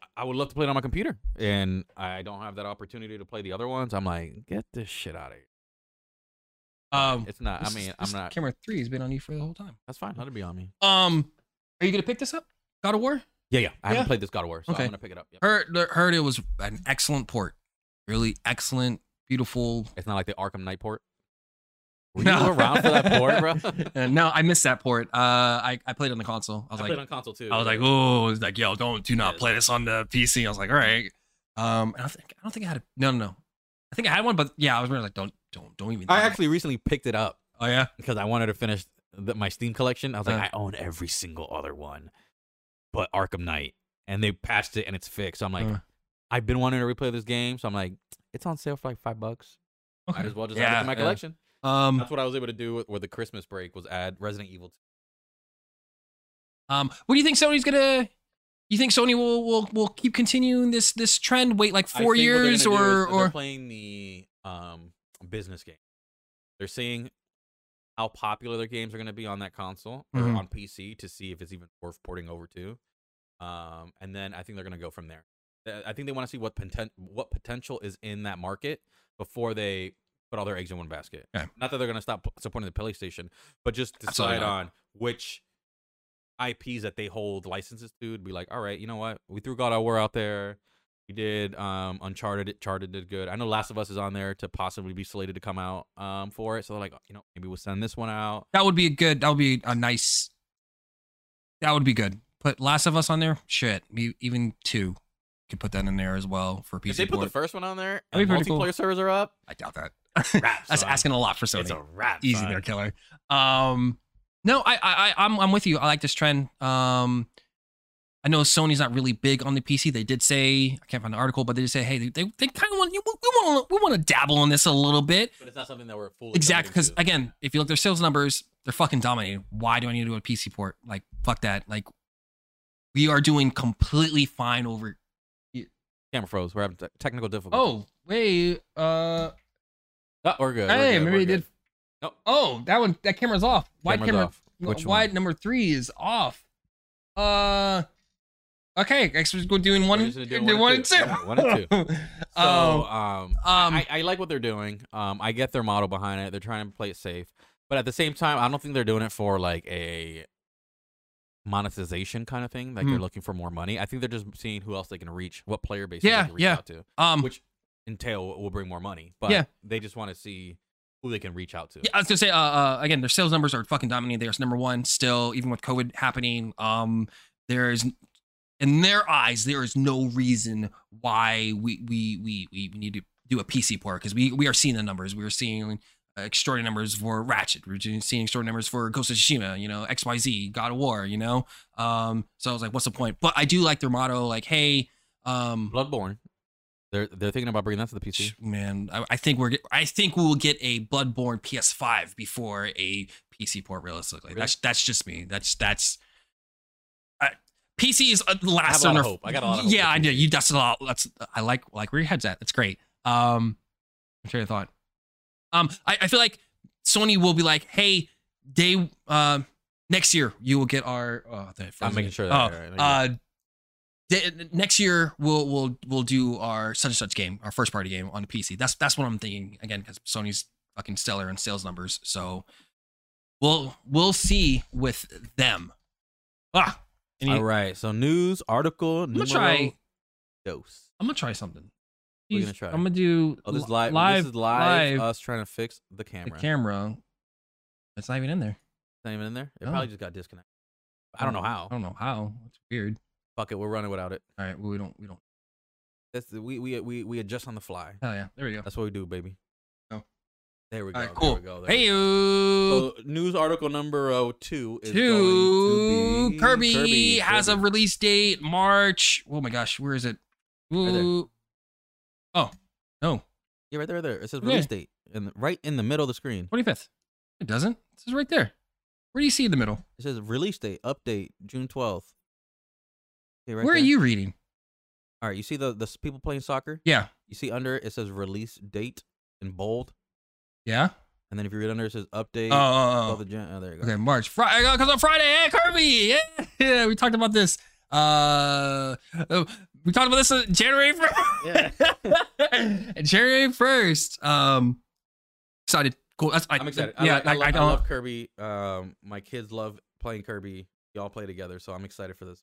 I- I would love to play it on my computer, and I don't have that opportunity to play the other ones. I'm like, get this shit out of here.
Um,
It's not. I
this-
mean,
this Hmm.
I'm not.
Camera three has been on you for the whole time.
That's fine. Let it be on me.
Um, are you gonna pick this up? God of War?
Yeah, yeah. I haven't
Yeah.
played this God of War, so
Okay.
I'm gonna pick it up. Yep.
Heard heard it was an excellent port. Really excellent, beautiful.
It's not like the Arkham Knight port. Were you around for that port, bro?
Uh, no, I missed that port. Uh, I, I played on the console. I was
I
like,
played on console too.
I was
yeah.
like, oh, it's like, yo, don't do not
Yeah.
play this on the PC. I was like, all right. Um, and I think I don't think I had a, no, no, no. I think I had one, but yeah, I was really like, don't, don't, don't even.
I
think.
actually recently picked it up
oh yeah,
because I wanted to finish the, my Steam collection. I was like,
Uh.
I own every single other one, but Arkham Knight, and they patched it and it's fixed. So I'm like,
Uh.
I've been wanting to replay this game, so I'm like, it's on sale for like five bucks. Might as well just add it
Yeah,
to my
yeah.
collection.
Um,
That's what I was able to do with, with the Christmas break was add Resident Evil. 2.
um, what do you think Sony's gonna? You think Sony will will will keep continuing this this trend? Wait like
I
four
think what they're
years
gonna do is
or
that they're
or
playing the um business game. They're seeing how popular their games are going to be on that console or
Mhm.
on PC to see if it's even worth porting over to. Um, and then I think they're going to go from there. Uh, I think they want to see what poten- what potential is in that market before they put all their eggs in one basket.
Okay.
Not that they're going to stop p- supporting the PlayStation, but just
Absolutely
decide
not.
on which IPs that they hold licenses to. To be like, all right, you know what? We threw God of War out there. We did um, Uncharted. It Charted did good. I know Last of Us is on there to possibly be slated to come out um, for it. So they're like, you know, maybe we'll send this one out.
that would be a good. That would be a nice. That would be good. Put Last of Us on there. Shit, me even two could put that in there as well for
if they
PC
put the
port.
first one on there
That'd
and
be pretty
multiplayer
cool.
servers are up,
I doubt that.
wrap,
That's
son.
asking a lot for Sony.
It's a wrap.
easy
son.
there, killer. Um, no, I, I, I, I'm, I'm with you. I like this trend. Um, I know Sony's not really big on the PC. They did say I can't find the article, but they did say, hey, they, they, they kind of want you. We want to, we want to dabble in this a little bit.
But it's not something that we're fully
Exactly, because
committed to.
again, if you look at their sales numbers, they're fucking dominating. Why do I need to do a PC port? Like, fuck that. Like, we are doing completely fine over.
camera froze. We're having te- technical
Oh
difficulties.
wait, uh,
Oh, we're good.
hey,
we're
maybe
good, we're
they
good.
did.
Nope.
Oh, that one, that camera's off. Why
Camera's
camera?
off. Which
why
one?
number three is off. Uh, okay, I guess we're going doing one,
We're just gonna do
do one and two.
Yeah, one and
two.
So,
um,
um,
um,
I, I like what they're doing. Um, I get their model behind it. They're trying to play it safe, but at the same time, I don't think they're doing it for like a monetization kind of thing. Like they're
Mhm.
looking for more money. I think they're just seeing who else they can reach, what player base
Yeah,
they can reach
yeah.
out to,
Um,
which entail will bring more money. But
Yeah.
they just want to see who they can reach out to.
Yeah, I was gonna say, uh, uh, again, their sales numbers are fucking dominating. There's number one still, even with COVID happening. Um, there is, in their eyes, there is no reason why we we we we need to do a PC port because we we are seeing the numbers. We are seeing uh, extraordinary numbers for Ratchet. We're seeing extraordinary numbers for Ghost of Tsushima. You know, X Y Z, God of War. You know, um, so I was like, what's the point? But I do like their motto, like, hey, um,
Bloodborne. They're they're thinking about bringing that to the PC.
man, I, I think we're get- I think we will get a Bloodborne PS5 before a PC port. Realistically,
Really?
that's that's just me. That's that's I, PC is uh, the last.
I
on
have a lot of
our-
hope. I got a lot of hope
yeah,
for
I know
PC.
you. That's a lot. That's I like like where your head's at. That's great. Um, I'm sure you thought. Um, I, I feel like Sony will be like, hey, day uh, next year you will get our. Oh, I thought-
I'm making sure
Oh,
that. right, right, right.
uh, d- next year we'll we'll we'll do our such and such game, our first party game on PC. That's that's what I'm thinking again because Sony's fucking stellar in sales numbers. So we'll we'll see with them. Ah, any-
All right. So news article.
gonna
numero
try-
Dos.
I'm gonna try something.
We're gonna
Jeez,
try.
I'm gonna do
Oh, this is
li-
live.
live
This is live.
live
Us trying to fix the
the
camera.
camera. It's not even in there.
It's not even in there. It
No.
probably just got disconnected. I don't know how.
I don't know how. It's weird.
Fuck it. We're running without it.
All right, well, we don't we don't.
That's the, we, we we we adjust on the fly.
Hell yeah, there we go.
That's what we do, baby.
Oh.
There we go.
All right,
There
cool.
we go. there
Hey
we go.
you.
So, news article number oh, two is going to
Two
be
Kirby, has a
Kirby.
release date March. Oh my gosh, where is it?
there.
Ooh. Oh no,
yeah right there right there. It says
Yeah.
release date and right in the middle of the screen.
twenty fifth. It doesn't. It says right there. Where do you see in the middle?
It says release date update June twelfth. Okay, right
where
there.
are you reading?
All right, you see the the s- people playing soccer.
Yeah,
You see under it, it says release date in bold,
yeah.
and then if you read under it, it says update.
Oh, oh,
above
oh.
the gen- oh, there you go.
okay. March Friday because on Friday, hey Kirby, yeah, yeah. We talked about this. Uh, oh, we talked about this uh, January first. January first. Um, excited. Cool. That's I,
I'm excited. I,
Yeah,
like- I,
like,
lo-
I
I
don't.
love Kirby. Um, my kids love playing Kirby. Y'all play together, so I'm excited for this.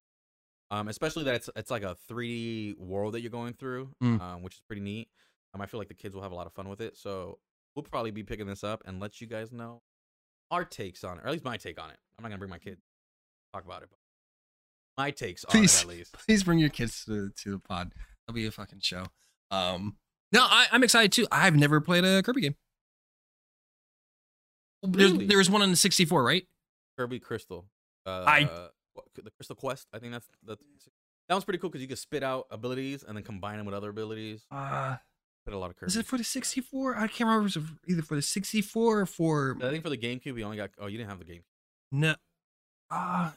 Um, especially that it's it's like a 3D world that you're going through,
Mm.
um, which is pretty neat. Um, I feel like the kids will have a lot of fun with it. So we'll probably be picking this up and let you guys know our takes on it, or at least my take on it. I'm not gonna bring my kids to talk about it. But my takes on it,
Please.
at least.
please bring your kids to, to the pod. That'll be a fucking show. Um, no, I, I'm excited too. I've never played a Kirby game. There's,
Really?
there was one on the 64, right?
Kirby Crystal. Uh,
I-
what- the Crystal Quest. I think that's that's that was pretty cool because you could spit out abilities and then combine them with other abilities.
Uh,
Put a lot of Kirby.
is it for the 64? I can't remember. If it was either for the 64 or for
I think for the GameCube, you only got. Oh, you didn't have the game.
no. Uh,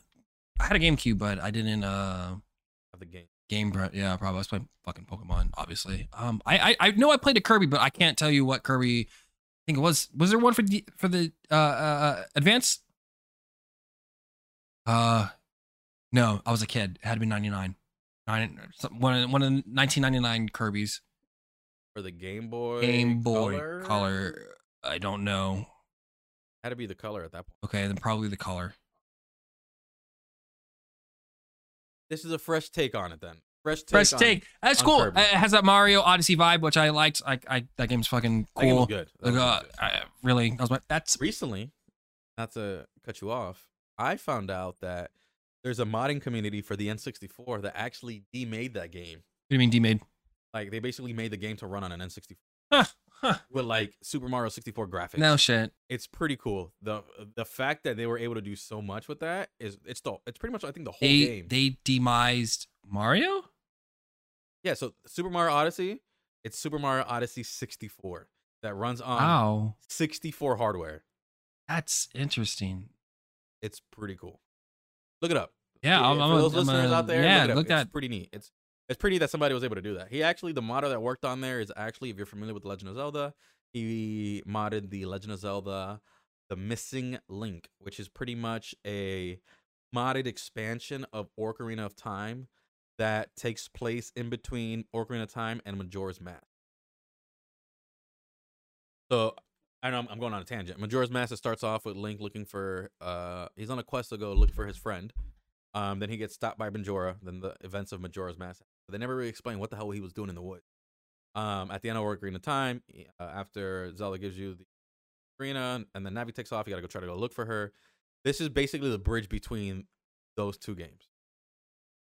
I had a GameCube, but I didn't. Uh,
Have the game.
game, bro. Yeah, probably. I was playing fucking Pokemon, obviously. Um, I, I I know I played a Kirby, but I can't tell you what Kirby. I think it was. Was there one for the for the uh, uh advance? Uh, no, I was a kid. It had to be ninety nine. Nine, some- one of one of the 1999 Kirby's
For the Game Boy.
Game Boy
Color?
color? I don't know.
Had to be the color at that point.
Okay, then probably the color.
This is a fresh take on it then. Fresh take.
Fresh
on it.
take. That's
on
cool.
Kirby.
Uh, It has that Mario Odyssey vibe, which I liked. I, I that game's fucking
That game
cool.
was good.
Like,
That was
uh,
really good.
I, really, I was like, that's
Recently, not to cut you off, I found out that there's a modding community for the N64 that actually demade that game.
What do you mean demade?
Like they basically made the game to run on an N64
Huh, huh.
with like Super Mario 64 graphics.
No shit.
it's pretty cool. the The fact that they were able to do so much with that is it's the it's pretty much I think the whole
They
game.
they demised Mario?
yeah, so Super Mario Odyssey, it's Super Mario Odyssey 64 that runs on
wow.
64 hardware.
That's interesting.
It's pretty cool. Look it up.
Yeah,
Yeah,
I'm,
for
I'm
those
a, I'm
listeners
a-
out there,
Yeah,
look, it up.
look
it's
at
pretty neat. It's it's pretty that somebody was able to do that. He actually the modder that worked on there is actually if you're familiar with Legend of Zelda, he modded the Legend of Zelda The Missing Link, which is pretty much a modded expansion of Ocarina of Time that takes place in between Ocarina of Time and Majora's Mask. So I know I'm, I'm going on a tangent. Majora's Mask it starts off with Link looking for uh he's on a quest to go look for his friend Um, then he gets stopped by Majora. Then the events of Majora's Mask. But they never really explain what the hell he was doing in the woods. Um, at the end of Ocarina of Time, y- uh, after Zelda gives you the Ocarina and then Navi takes off, you gotta go try to go look for her. This is basically the bridge between those two games.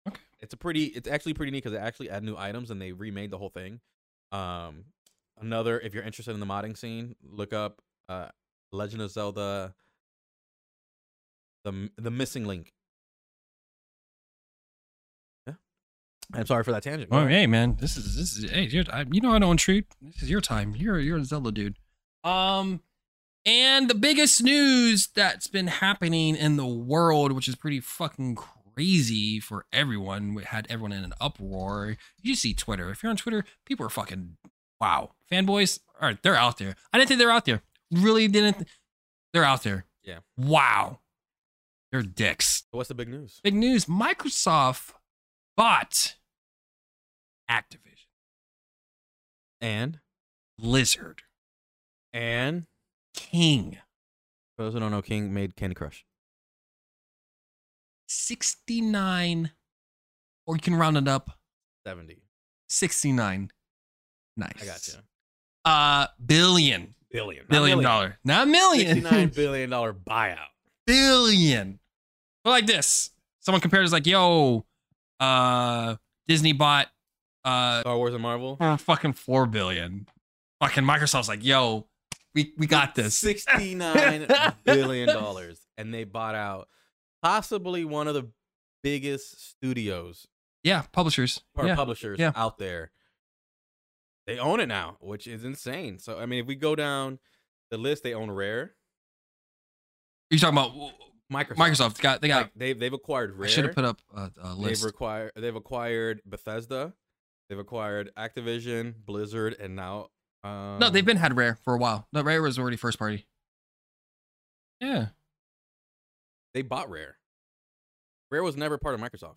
Okay.
It's a pretty. It's actually pretty neat because they actually add new items and they remade the whole thing. Um, another, if you're interested in the modding scene, look up uh, Legend of Zelda. The M- the missing link. Yeah. I'm sorry for that tangent.
Oh, hey, man, this is this is hey, dude, I, you know I don't intrude. This is your time. You're you're a Zelda dude. Um, and the biggest news that's been happening in the world, which is pretty fucking crazy for everyone, we had everyone in an uproar. You see Twitter. If you're on Twitter, people are fucking wow fanboys. All right, they're out there. I didn't think they're out there. Really didn't. th- they're out there.
Yeah.
Wow. They're dicks.
What's the big news?
Big news Microsoft bought Activision
And
Blizzard
and
King
for those who don't know, King made Candy Crush.
69, or you can round it up
Seventy.
69. Nice.
I got you.
Uh, billion.
Billion. not
Billion
million.
dollar. Not million.
$69 billion dollar buyout.
billion. But like this someone compared is like, yo, uh, Disney bought uh,
Star Wars and Marvel.
for fucking 4 billion. Fucking Microsoft's like, yo, we, we got this.
Sixty-nine billion dollars, and they bought out possibly one of the biggest studios
Yeah, publishers.
or
yeah.
publishers
yeah.
out there. They own it now, which is insane. So I mean, if we go down the list, they own Rare,
You're talking about w-
Microsoft.
Microsoft. Got they got.
Like, they've they've acquired
I should
Rare.
have put up a, a list.
They've required they've acquired Bethesda, they've acquired Activision, Blizzard, and now um,
no, they've been had Rare for a while. No, Rare was already first party. Yeah,
they bought Rare. Rare was never part of Microsoft.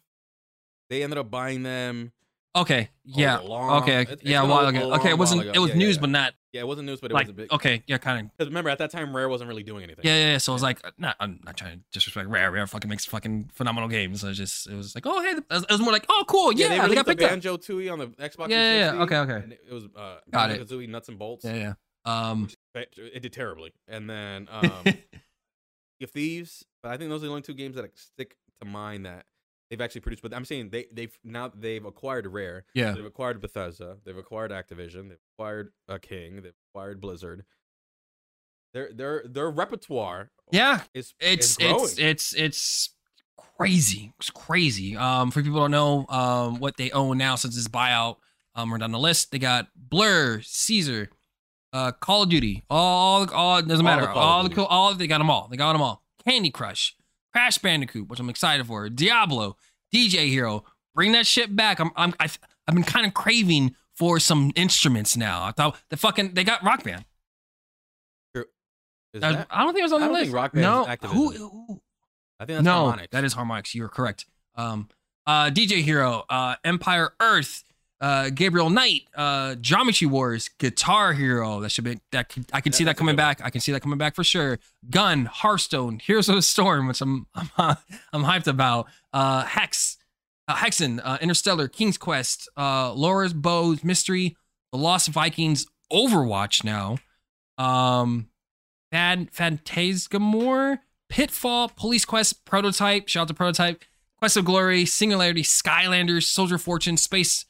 They ended up buying them.
Okay.
Oh,
Yeah.
a long-
okay.
it's- it's
yeah. A
been
while
long-
ago.
long
Okay. It
while
wasn't.
ago.
It was
Yeah,
news,
yeah.
but not
Yeah, it wasn't news, but it
like.
was a big.
Okay. Yeah. Kind of.
Because remember, at that time, Rare wasn't really doing anything.
Yeah, yeah, yeah. So I was like, not, I'm not trying to disrespect Rare. Rare fucking makes fucking phenomenal games. I was just, it was like, oh hey, it was more like, oh cool, yeah,
they
they,
released
got
the
picked up.
Banjo Tooie on the Xbox.
Yeah, yeah, yeah.
360,
Okay, okay.
and it, it was uh,
Got
Banjo Kazooie Nuts and Bolts.
Yeah, yeah. Um,
It it did terribly, and then um, Sea of Thieves. But I think those are the only two games that like, stick to mind that they've actually produced. But I'm saying they they've now they've acquired Rare,
yeah.
they've acquired Bethesda, they've acquired Activision, they've acquired uh, King, they've acquired Blizzard. Their their their repertoire
Yeah.
is
it's
is growing.
it's it's it's crazy. It's crazy. Um, for people who don't know, um, what they own now since this buyout, um, are down the list. They got Blur, Caesar, uh, Call of Duty, all all it doesn't
All
matter.
the Call of
all the
Duties.
co- all they got them all. They got them all. Candy Crush, Crash Bandicoot, which I'm excited for. Diablo, DJ Hero, bring that shit back. I'm I'm I've, I've been kind of craving for some instruments now. I thought the fucking they got Rock Band.
Is
I,
that-
I don't think it was on the
I don't
list.
think Rock Band
no,
is Activision.
who, who
I think that's
no,
harmonic.
that is harmonics. You are correct. Um, uh, DJ Hero, uh, Empire Earth, uh, Gabriel Knight, uh, Geometry Wars, Guitar Hero. That should be that. could- I can
That-
see that
that's a
coming
good one.
back. I can see that coming back for sure. Gun, Hearthstone, Heroes of the Storm, which I'm I'm uh, I'm hyped about. Uh, Hex, uh, Hexen, uh, Interstellar, King's Quest, uh, Laura's Bows, Mystery, The Lost Vikings, Overwatch now. Um, Fad Phantasgamore, Pitfall, Police Quest, Prototype, shout out to Prototype, Quest of Glory, Singularity, Skylanders, Soldier of Fortune, Space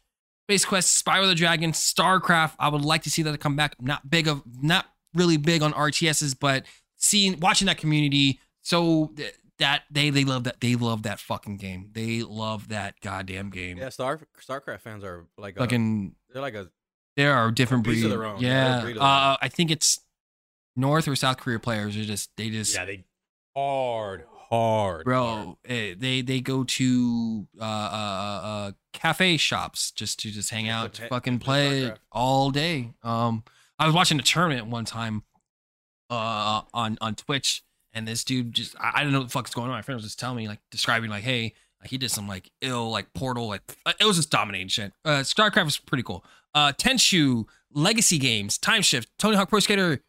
Space Quest, Spyro the Dragon, StarCraft. I would like to see that come back. Not big of not really big on RTSs, but seeing watching that community so th- that they they love that they love that fucking game. They love that goddamn game.
yeah, Star Starcraft fans are like a,
Fucking
they're like a
there are different
Piece
breeds.
of their own. They're
Yeah.
a breed of their
Uh, I think it's North or South Korea players are just they just
yeah they hard hard hard.
bro eh, they they go to uh, uh uh cafe shops just to just hang
Yeah,
out
to
to
play-
fucking
to play
play
StarCraft.
all day um i was watching a tournament one time uh on on twitch and this dude just i, I don't know what the fuck's going on my friend was just telling me like describing like hey like, he did some like ill like portal like uh, it was just dominating shit uh starcraft was pretty cool uh tenshu legacy games time shift tony hawk pro skater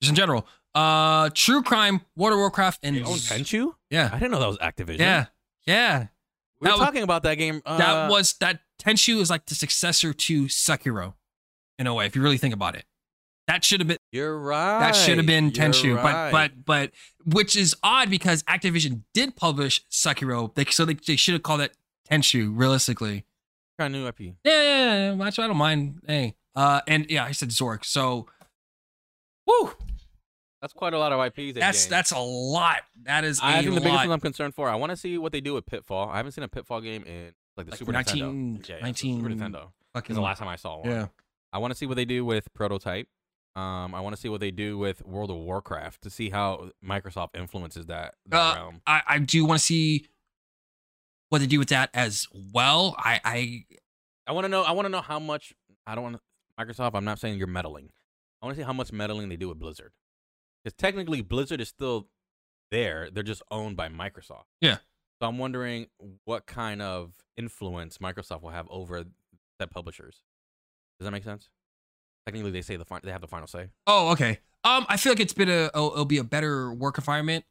just in general uh true crime water warcraft and
They own Tenchu?
yeah
I didn't know that was Activision.
yeah. Yeah,
We
That
were
was-
talking about that game. Uh,
that was that Tenshu is like the successor to Sekiro, in a way. If you really think about it, that should have been
You're right.
that should have been
You're
Tenshu,
right.
but but but which is odd because Activision did publish Sekiro, they, so they, they should have called that Tenshu realistically.
kind of new IP.
Yeah, yeah, yeah, yeah, actually, I don't mind. Hey, uh, and yeah, I said Zork. So, woo,
That's quite a lot of IPs. They
that's
gained.
that's a lot. That is a
I think the biggest
lot.
thing I'm concerned for. I want to see what they do with Pitfall. I haven't seen a Pitfall game in like the
Like
Super
19
Nintendo. Yeah, yeah, so
19
Super Nintendo
Fucking-
is the last time I saw one.
Yeah,
I want to see what they do with Prototype. Um, I want to see what they do with World of Warcraft to see how Microsoft influences that, that
Uh,
realm.
I I do want to see what they do with that as well. I I
I want to know. I want to know how much. I don't want Microsoft. I'm not saying you're meddling. I want to see how much meddling they do with Blizzard, because technically Blizzard is still there. They're just owned by Microsoft.
Yeah.
So I'm wondering what kind of influence Microsoft will have over that publishers. Does that make sense? Technically, they say the fin- they have the final say.
Oh, okay. Um, I feel like it's been a it'll, it'll be a better work environment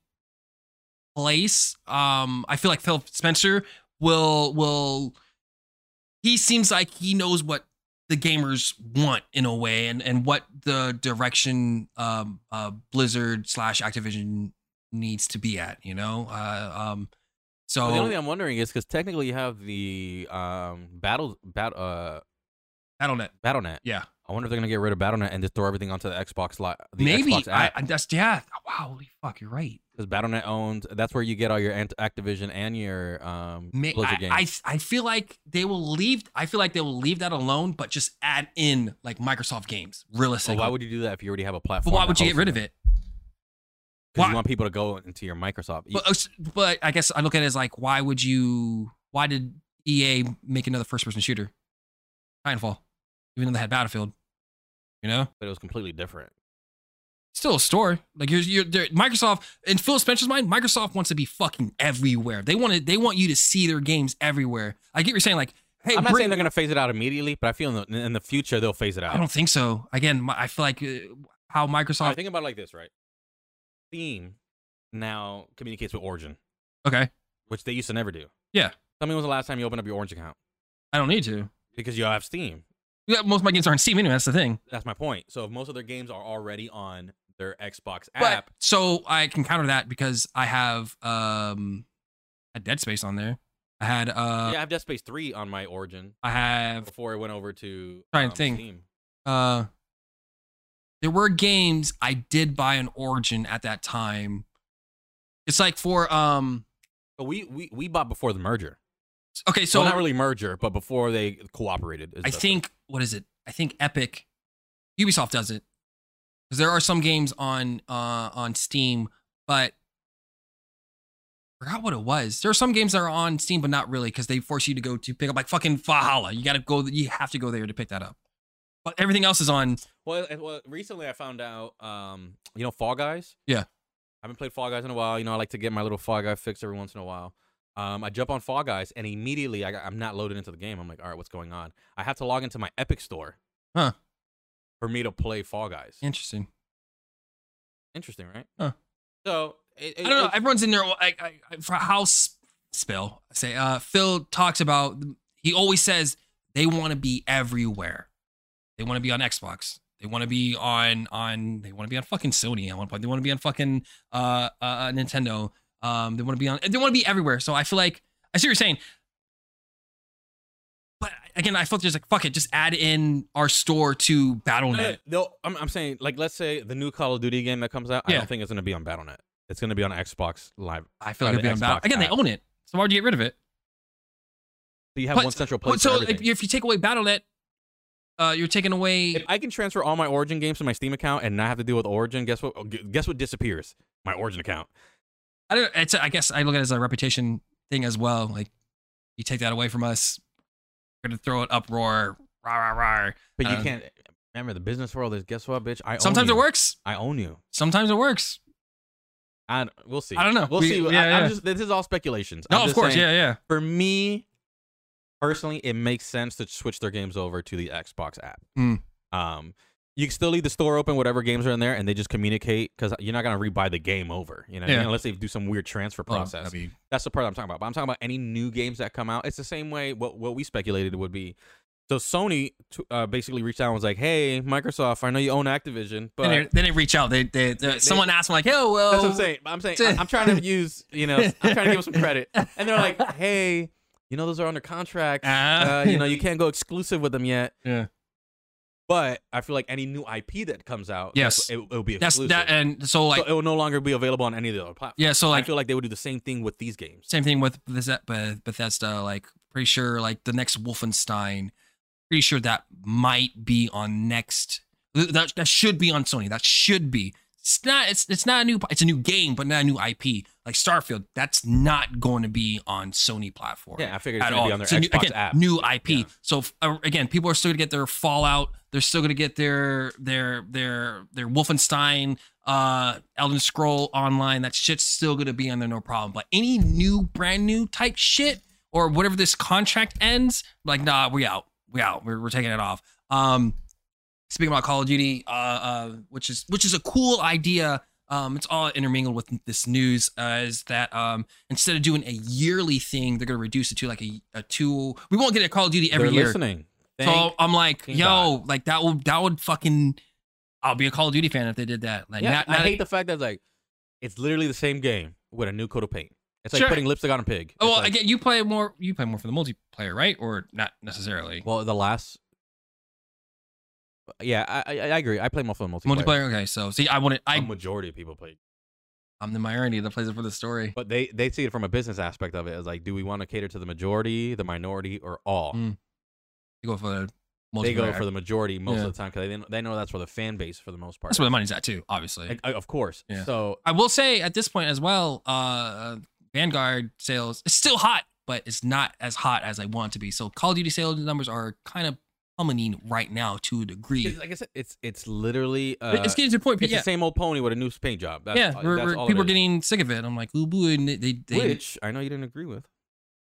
place. Um, I feel like Phil Spencer will will he seems like he knows what the gamers want in a way, and and what the direction um uh Blizzard slash Activision needs to be at. You know, uh, um, so
the only thing I'm wondering is because technically you have the um battle bat uh
BattleNet,
BattleNet.
yeah,
I wonder if they're gonna get rid of BattleNet and just throw everything onto the Xbox Live. The
maybe
Xbox
I,
app.
I that's yeah. Wow, holy fuck, you're right.
Because Battle.net owns. That's where you get all your Ant- Activision and your um,
May, I,
Blizzard games.
I I feel like they will leave. I feel like they will leave that alone, but just add in like Microsoft games.
so
Realistically,
why would you do that if you already have a
but
platform?
why would you get rid of it?
Because
why-
you want people to go into your Microsoft. You-
But, uh, s- but I guess I look at it as like, why would you? Why did EA make another first-person shooter? Titanfall, even though they had Battlefield, you know,
but it was completely different.
still a store. Like you're, you're they're- Microsoft in Phil Spencer's mind, Microsoft wants to be fucking everywhere. They want to, they want you to see their games everywhere. I get what you're saying, like, hey,
I'm not
bring,
saying they're gonna phase it out immediately, but I feel in the, in the future they'll phase it out.
I don't think so. Again, my, I feel like uh, how
All right,
Microsoft.
think about it like this, right? Steam now communicates with Origin,
Okay,
which they used to never do.
Yeah.
Tell me when was the last time you opened up your Orange account
I don't need to.
because you have Steam.
Yeah, most of my games aren't Steam anyway. That's the thing.
That's my point. So if most of their games are already on their Xbox
But
app,
so I can counter that because I have um, a Dead Space on there. I had uh,
yeah, I have Death Space three on my Origin.
I have
before it went over to um,
Trying to think.
Steam.
uh, there were games I did buy an Origin at that time. It's like for um,
But we, we we bought before the merger.
okay,
So
so
not really merger, but before they cooperated. is
I
the-
think what is it? I think Epic, Ubisoft does it because there are some games on uh on Steam, but I forgot what it was. There are some games that are on Steam, but not really because they force you to go to pick up like fucking Valhalla. You gotta go. You have to go there to pick that up. But everything else is on.
Well, it- well, recently I found out. Um, you know, Fall Guys.
Yeah.
I haven't played Fall Guys in a while. You know, I like to get my little Fall Guy fix every once in a while. Um, I jump on Fall Guys and immediately I, got- I'm not loaded into the game. I'm like, all right, what's going on? I have to log into my Epic Store.
Huh.
For me to play Fall Guys.
Interesting.
Interesting, right?
Huh.
So it,
I don't know. Everyone's in there. I, I, I, for how s- spill I say uh, Phil talks about. He always says they want to be everywhere. They want to be on Xbox. They want to be on on. They want to be on fucking Sony at one point. They want to be on fucking uh, uh Nintendo. Um, they want to be on. They want to be everywhere. So I feel like I see what you're saying. But again, I felt just like fuck it. Just add in our store to BattleNet.
No, I'm, I'm saying like let's say the new Call of Duty game that comes out. I
Yeah.
don't think it's gonna be on BattleNet. It's gonna be on Xbox Live.
I feel like it'd
Or
be
the
on Battle.
Xbox
Again, they
app.
own it. So why'd you get rid of it?
So you have
But-
one central
Well,
place.
so
for
if,
everything.
if you're taking away BattleNet, uh, you're taking away.
if I can transfer all my Origin games to my Steam account and not have to deal with Origin, guess what? oh, gu- Guess what disappears? My Origin account.
I don't. It's. I guess I look at it as a reputation thing as well. Like you take that away from us, we're gonna throw it uproar. Rah, rah, rah.
But you
Uh,
can't. Remember the business world is guess what, bitch? I own
Sometimes
you.
it works.
I own you.
Sometimes it works.
I we'll see.
I don't know.
We'll
We-
see.
yeah,
I,
yeah.
am just, this is all speculations.
No,
I'm
of
just
course.
saying,
Yeah, yeah.
For me, personally, it makes sense to switch their games over to the Xbox app.
Mm.
Um, You can still leave the store open, whatever games are in there, and they just communicate because you're not gonna rebuy the game over. You know, what I mean?
Yeah.
unless they do some weird transfer
Oh,
process.
that'd be-
That's the part I'm talking about. But I'm talking about any new games that come out. It's the same way what what we speculated it would be. So Sony t- uh, basically reached out and was like, "Hey, Microsoft, I know you own Activision, but
then, they, then they reach out. They, they, they- someone asked them like, "Yo, well,
that's what I'm saying. I'm saying I- I'm trying to use, you know, I'm trying to give them some credit." And they're like, "Hey, you know, those are under contract.
Ah.
Uh, you know, you can't go exclusive with them yet."
Yeah.
But I feel like any new IP that comes out,
Yes.
that's- it, will be
that's
exclusive.
that." And so like,
so it will no longer be available on any of the other platforms.
yeah, so
I
like,
feel like they would do the same thing with these games.
same thing with Beth- Beth- Bethesda. Like, pretty sure like the next Wolfenstein. Pretty sure that might be on next. That that should be on Sony. That should be. It's not. It's it's not a new. It's a new game, but not a new IP. Like Starfield, that's not going to be on Sony platform.
Yeah, I figured it's
at
gonna
all.
be on their
It's a new,
Xbox
again,
app.
new IP.
Yeah.
So f- uh, again, people are still gonna get their Fallout. They're still gonna get their their their their Wolfenstein, uh, Elden Scroll Online. That shit's still gonna be on there, no problem. But any new, brand new type shit or whatever this contract ends, like nah, we out, we out, we're, we're taking it off. Um, speaking about Call of Duty, uh, uh, which is which is a cool idea. Um, it's all intermingled with this news uh, is that um, instead of doing a yearly thing, they're going to reduce it to like a, a two. We won't get a Call of Duty every
They're
year.
listening.
So
Thank
I'm like,
fucking
yo, like that would that would fucking. I'll be a Call of Duty fan if they did that. Like,
yeah,
not-
I
not-
hate the fact that like it's literally the same game with a new coat of paint. It's like
Sure.
putting lipstick on a pig.
Oh,
It's
well,
like-
again, you play more. You play more for the multiplayer, right? Or not necessarily
Well, the last. Yeah, I I, I agree. I play mostly multiplayer.
multiplayer. Okay, so see, I wouldn't.
A
I
majority of people play,
I'm the minority that plays it for the story.
but they they see it from a business aspect of it. As like, do we want to cater to the majority, the minority, or all?
Mm, You go for the multiplayer.
They go for the majority most
Yeah.
of the time because they they know that's where the fan base for the most part.
That's where the money's at too, obviously.
Like, I- of course.
Yeah.
So
I will say at this point as well, uh Vanguard sales it's still hot, but it's not as hot as I want it to be. So Call of Duty sales numbers are kind of plummeting right now to a degree.
it's- like I said, it's it's literally uh,
it's getting to the point, but
it's
yeah,
the same old pony with a new paint job. That's,
yeah,
uh,
we're,
that's
we're-
all it
people are
is.
getting sick of it. I'm like, ooh, boo, and they, they, they
Which I know you didn't agree with.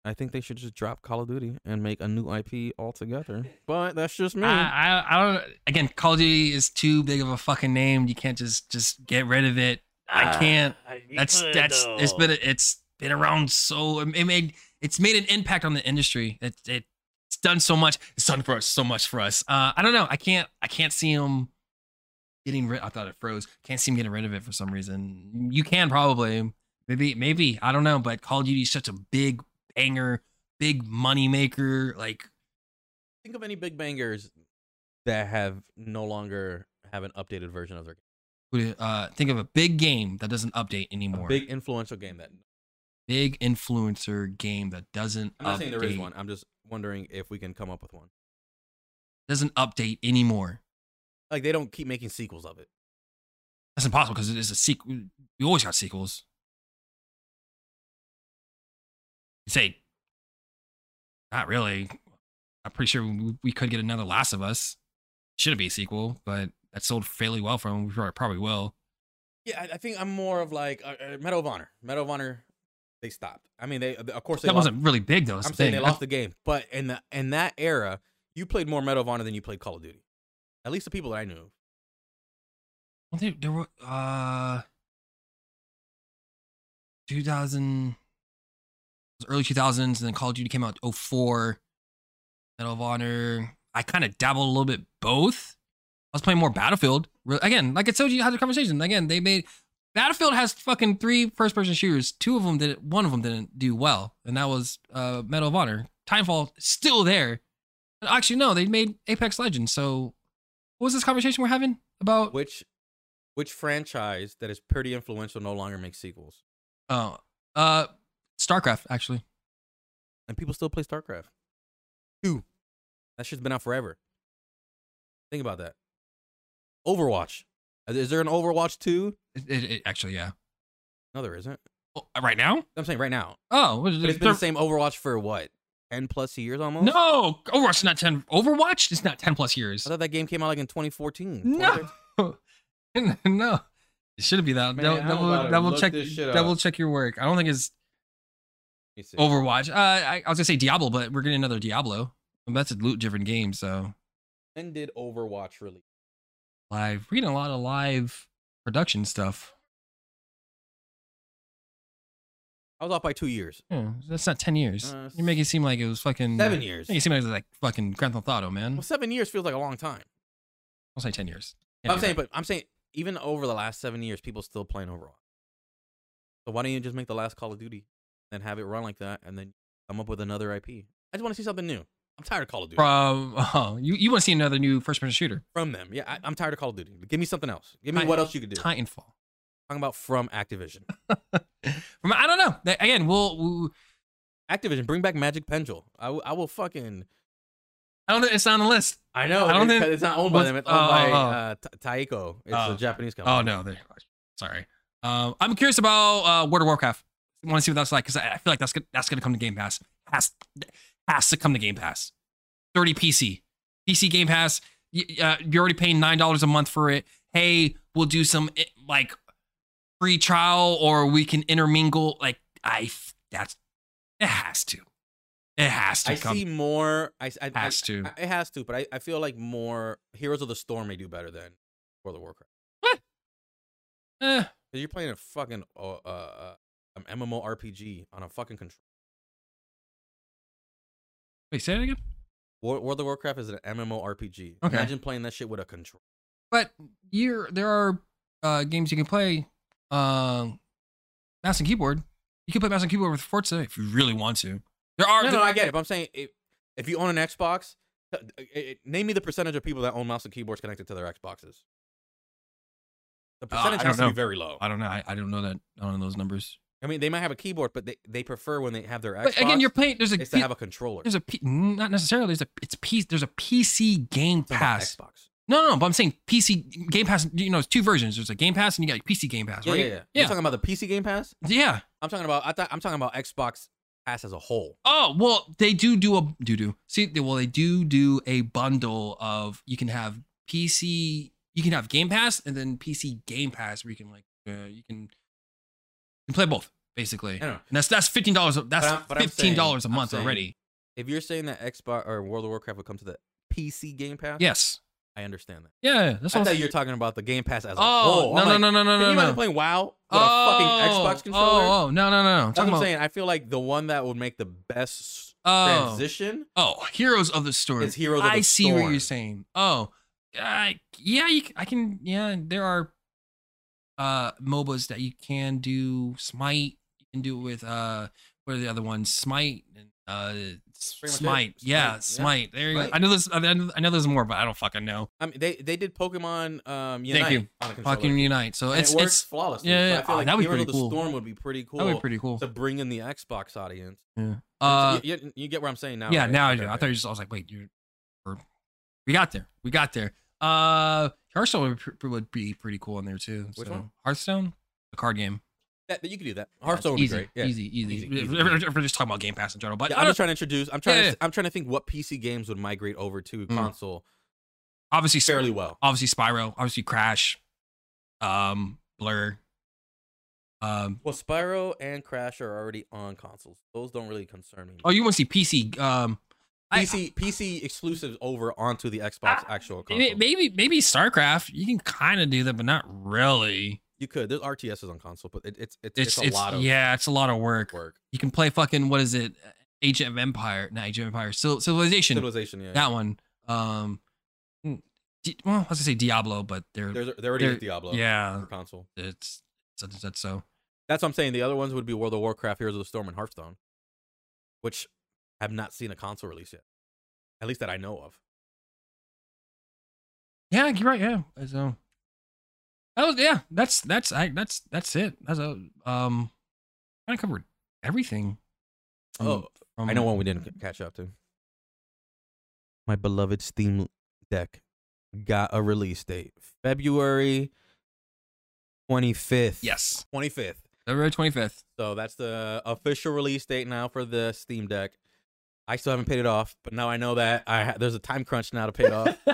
I think they should just drop Call of Duty and make a new IP altogether. But that's just me.
I, I, I don't. Again, Call of Duty is too big of a fucking name. You can't just just get rid of it. I can't. that's that's. It's been a- it's been around so it made it's made an impact on the industry. It, it it's done so much. It's done for us so much for us. Uh, I don't know. I can't. I can't see him getting rid. I thought it froze. Can't see him getting rid of it for some reason. You can probably maybe maybe I don't know. But Call of Duty is such a big banger, big money maker. Like
Think of any big bangers that have no longer have an updated version of their game.
uh, think of a big game that doesn't update anymore.
A big influential game that
Big influencer game that doesn't
I'm not saying there is
update-
one. I'm just wondering if we can come up with one.
doesn't update anymore.
Like they don't keep making sequels of it.
That's impossible because it is a sequel. We always got sequels. You say, not really. I'm pretty sure we, we could get another Last of Us. Should be a sequel, but that sold fairly well for him. We probably, probably will.
Yeah, I, I think I'm more of like uh, uh, Medal of Honor. Medal of Honor, they stopped. I mean, they of course they
That
lost-
wasn't really big though. that's
I'm
the
saying they
thing.
lost the game, but in the in that era, you played more Medal of Honor than you played Call of Duty. At least the people that I knew. of.
Well, there, there were uh, 2000, it was early 2000s, and then Call of Duty came out 04, Medal of Honor. I kind of dabbled a little bit both. I was playing more Battlefield. Re- Again, like I told you, I had the conversation. Again, they made Battlefield has fucking three first person shooters. Two of them did one of them didn't do well, and that was uh, Medal of Honor. Timefall still there. And actually, no, they made Apex Legends. So, what was this conversation we're having about?
Which which franchise that is pretty influential no longer makes sequels?
Oh, uh, StarCraft actually.
And people still play StarCraft. Two. That shit's been out forever. Think about that. Overwatch. Uh, Is- Is there an Overwatch 2?
It, it, it- actually, yeah.
No, there isn't.
Oh, right now?
I'm saying right now.
Oh, what is
But
it?
it's been the same Overwatch for what? 10 plus years almost?
no, Overwatch is not ten. Overwatch is not ten plus years.
I thought that game came out like in 2014.
No, no, it shouldn't be that.
Man,
Dou-
I'm
double
about to
double
look
check
this shit up.
double check your work. I don't think it's
2013.
Overwatch. Uh, I, I was gonna say Diablo, but we're getting another Diablo. And that's a loot driven game, so
When did Overwatch release?
live reading a lot of live production stuff.
I was off by two years.
Yeah, that's not ten years.
Uh,
you make it seem like it was fucking
Seven years.
Make it seem like it was like fucking Grand Theft Auto, man.
Well, seven years feels like a long time.
I'll say ten years.
But I'm saying, but I'm saying, even over the last seven years, people still playing Overwatch. So why don't you just make the last Call of Duty and have it run like that, and then come up with another IP? I just want to see something new. I'm tired of Call of Duty
from oh, you, you want to see another new first-person shooter?
from them. Yeah, I, I'm tired of Call of Duty. Give me something else. Give me
Titan-
what else you could do.
Titanfall.
Talking about from Activision.
From I don't know. That- Again, we'll, we'll
Activision, bring back Magic Pendle. I will- I will fucking.
I don't know. It's not on the list.
I know.
I don't
it's,
think-
it's not owned by
What's-
them. It's owned
oh,
by
oh,
uh, Ta- Taiko. It's
Oh.
a Japanese company.
Oh no, there. Sorry. Um, I'm curious about uh, World of Warcraft. I want to see what that's like because I, I feel like that's gonna, that's going to come to Game Pass. Has has to come to Game Pass. 30 PC, PC Game Pass. You, uh, you're already paying nine dollars a month for it. Hey, we'll do some eh, like free trial or we can intermingle. Like I, that's it has to. It has to
I
come.
see more. I, I, I,
has to.
I- it has to, but I, I feel like more Heroes of the Storm may do better than World of Warcraft.
Eh.
'Cause you're playing a fucking uh, uh, um, MMORPG on a fucking control.
Wait, say that again.
War- World of Warcraft is an MMORPG.
Okay.
Imagine playing that shit with a control.
But you're there are uh, games you can play uh, mouse and keyboard. You can play mouse and keyboard with Forza if you really want to. There are
No, no, I get it. But I'm saying if, if you own an Xbox, uh, it, it, name me the percentage of people that own mouse and keyboards connected to their Xboxes.
Uh, I
The percentage
don't
has to
know.
be very low.
I don't know. I, I don't know that. I don't know those numbers.
I mean, they might have a keyboard, but they, they prefer when they have their Xbox.
But again, you're playing. There's a
is to have a controller.
there's a P- not necessarily. There's a it's P, There's a PC Game
It's about
Pass.
Xbox.
No, no, no. But I'm saying PC Game Pass. You know, it's two versions. There's a Game Pass and you got your PC Game Pass,
Yeah,
right?
yeah, yeah. You're talking about the PC Game Pass?
Yeah.
I'm talking about. I thought I'm talking about Xbox Pass as a whole.
Oh well, they do do a do do. See, they, well, they do do a bundle of you can have PC, you can have Game Pass, and then PC Game Pass where you can like uh, you can you can play both basically.
I know.
And that's that's fifteen dollars. That's
I'm- but I'm
fifteen dollars a
saying- I'm
month
saying-
already.
If you're saying that Xbox or World of Warcraft would come to the PC Game Pass,
Yes.
I understand that.
Yeah. yeah, That's
I
what
thought
I'm
you were talking about the Game Pass as a
Oh
whole.
no,
I'm
no
like,
no no no
Can you
no
imagine
no.
playing WoW with a
Oh,
fucking Xbox controller?
Oh, oh no no no no.
That's what
Talking
I'm
about-
saying. I feel like the one that would make the best
Oh.
transition
Oh, heroes of the story.
is Heroes of the
I see what
Storm.
you're saying. Oh, uh, yeah, you, c- I can. Yeah, there are uh MOBAs that you can do. Smite, you can do it with uh, what are the other ones? Smite and uh,
pretty much it.
Smite. Yeah,
Smite,
Smite. There you go.
Smite.
I know this. I know I know there's more, but I don't fucking know.
I mean, they they did Pokemon um, Unite
Thank you.
on a controller.
Fucking unite. So
and
it's
it works
it's
flawlessly.
yeah,
So
yeah.
I feel
Oh,
like
that'd be
Heroes
pretty
of the
cool.
Storm would be pretty cool,
that would be pretty cool.
to bring in the Xbox audience.
yeah. Uh,
you, you- you get where I'm saying now.
yeah.
right?
Now I
Okay,
do. I
okay.
thought you just. I was like, wait, you. are We got there. We got there. Uh, Hearthstone would, pr- would be pretty cool in there too.
Which
so.
one?
Hearthstone, the card game.
That, that you could do that.
Yeah, it's
Hearthstone would be
easy,
great. Yeah.
Easy, easy,
Easy,
If-
easy,
if- if We're just talking about Game Pass in general, but uh,
Yeah,
I
I'm
don't-
just trying to introduce. I'm trying.
Yeah,
To, I'm trying to think what PC games would migrate over to
Mm.
console
obviously, Sp-
fairly well.
obviously Spyro, obviously Crash, um, Blur, um.
Well, Spyro and Crash are already on consoles. Those don't really concern me.
Oh, you want to see PC? Um, I-
PC PC exclusives over onto the Xbox actual console.
maybe, maybe maybe StarCraft. You can kind of do that, but not really.
You could. There's RTSs on console, but it, it's, it's
It's
it's a lot of
yeah, it's a lot of work.
work.
You can play fucking what is it? Agent of Empire, not Agent of Empire, Civil, Civilization.
Civilization, yeah.
That one. Um, di- well, I was gonna say Diablo, but they're
There's they already
There-
with Diablo.
yeah,
for console.
it's such and such. So
That's what I'm saying. The other ones would be World of Warcraft, Heroes of the Storm, and Hearthstone, which have not seen a console release yet. At least that I know of.
Yeah, you're right. Yeah, so that was yeah. That's that's I that's that's it. That's a um, kind of covered everything. from-
Oh,
from-
I know one we didn't c- catch up to. My beloved Steam Deck got a release date February 25th.
Yes,
25th.
February twenty fifth.
So that's the official release date now for the Steam Deck. I still haven't paid it off, but now I know that I ha- there's a time crunch now to pay it off.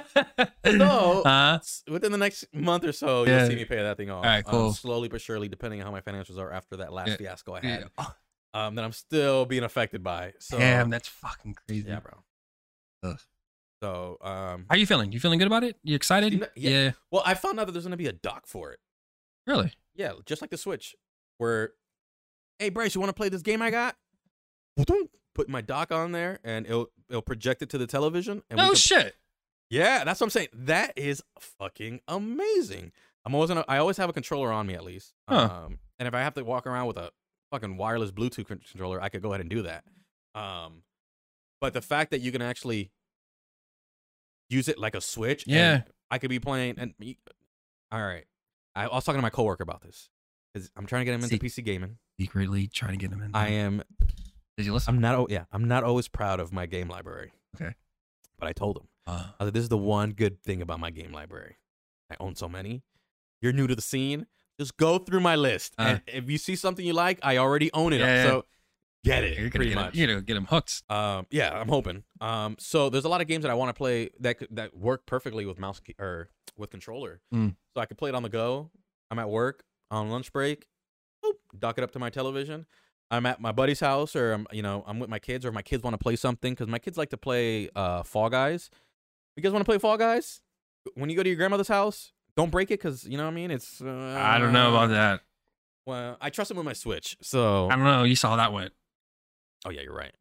So-
uh,
S- Within the next month or so,
Yeah.
you'll see me pay that thing off.
Alright,
um,
cool.
slowly but surely, depending on how my financials are after that last
Yeah.
fiasco I had,
yeah. oh,
um, that I'm still being affected by. So
damn, that's fucking crazy.
yeah, bro.
Ugh.
So, um,
How you feeling? You feeling good about it? You excited?
You know- yeah.
yeah.
well, I found out that there's gonna be a dock for it.
Really?
Yeah, just like the Switch, where, hey Bryce, you want to play this game I got? Put my dock on there, and it'll it'll project it to the television. And we
No
can-
Oh, shit.
yeah, that's what I'm saying. That is fucking amazing. I'm always gonna, I always have a controller on me at least.
Huh.
Um, and if I have to walk around with a fucking wireless Bluetooth con- controller, I could go ahead and do that. Um, but the fact that you can actually use it like a switch, and
Yeah.
I could be playing. And y- all right, I, I was talking to my coworker about this because I'm trying to get him into
See- Mm-hmm.
PC gaming.
Secretly trying to get him in.
I am
Did you listen?
I'm not. al- Yeah, I'm not always proud of my game library.
Okay.
But I told him.
Uh,
I was like, this is the one good thing about my game library. I own so many. You're new to the scene. Just go through my list.
Uh.
and if you see something you like, I already own it.
Yeah.
So get it.
you're gonna
pretty
get
much.
Him, you're gonna get him hooked.
Um, yeah, I'm hoping. Um, so there's a lot of games that I want to play that could- that work perfectly with mouse key, or with controller.
Mm.
So I could play it on the go. I'm at work on lunch break. Boop, dock it up to my television. I'm at my buddy's house, or I'm you know I'm with my kids, or my kids want to play something because my kids like to play uh Fall Guys. You guys want to play Fall Guys? When you go to your grandmother's house, don't break it because you know what I mean. It's uh,
I don't know about that.
Well, I trust them with my Switch, so
I don't know. You saw how that went.
oh yeah, you're right.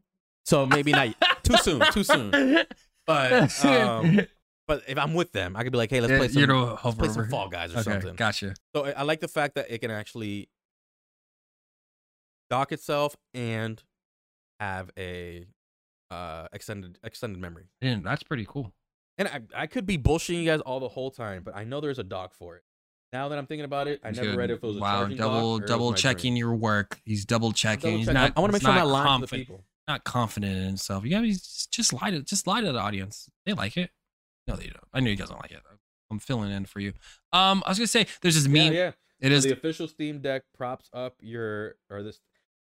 So maybe not too soon, too soon. But um, but if I'm with them, I could be like, hey, let's play some,
you know,
let's play some Fall Guys or
okay,
something.
Gotcha.
So I I like the fact that it can actually dock itself and have a uh, extended extended memory.
Damn, that's pretty cool.
And I, I could be bullshitting you guys all the whole time, but I know there's a dock for it. Now that I'm thinking about it, I
He's
never
good.
read if it was a
wow.
charging dock
Double
or it was
double
my dream.
checking your work. He's double checking.
Double
He's
check.
not.
I want to make
he's
sure I'm
not
not lying to the
confident-
people.
Not confident in himself. You gotta be just lie to just lie to the audience. They like it. No, they don't. I know you guys don't like it. I'm filling in for you. Um, I was gonna say there's this
Yeah,
meme.
yeah.
It
So
is
the official Steam Deck props up your or this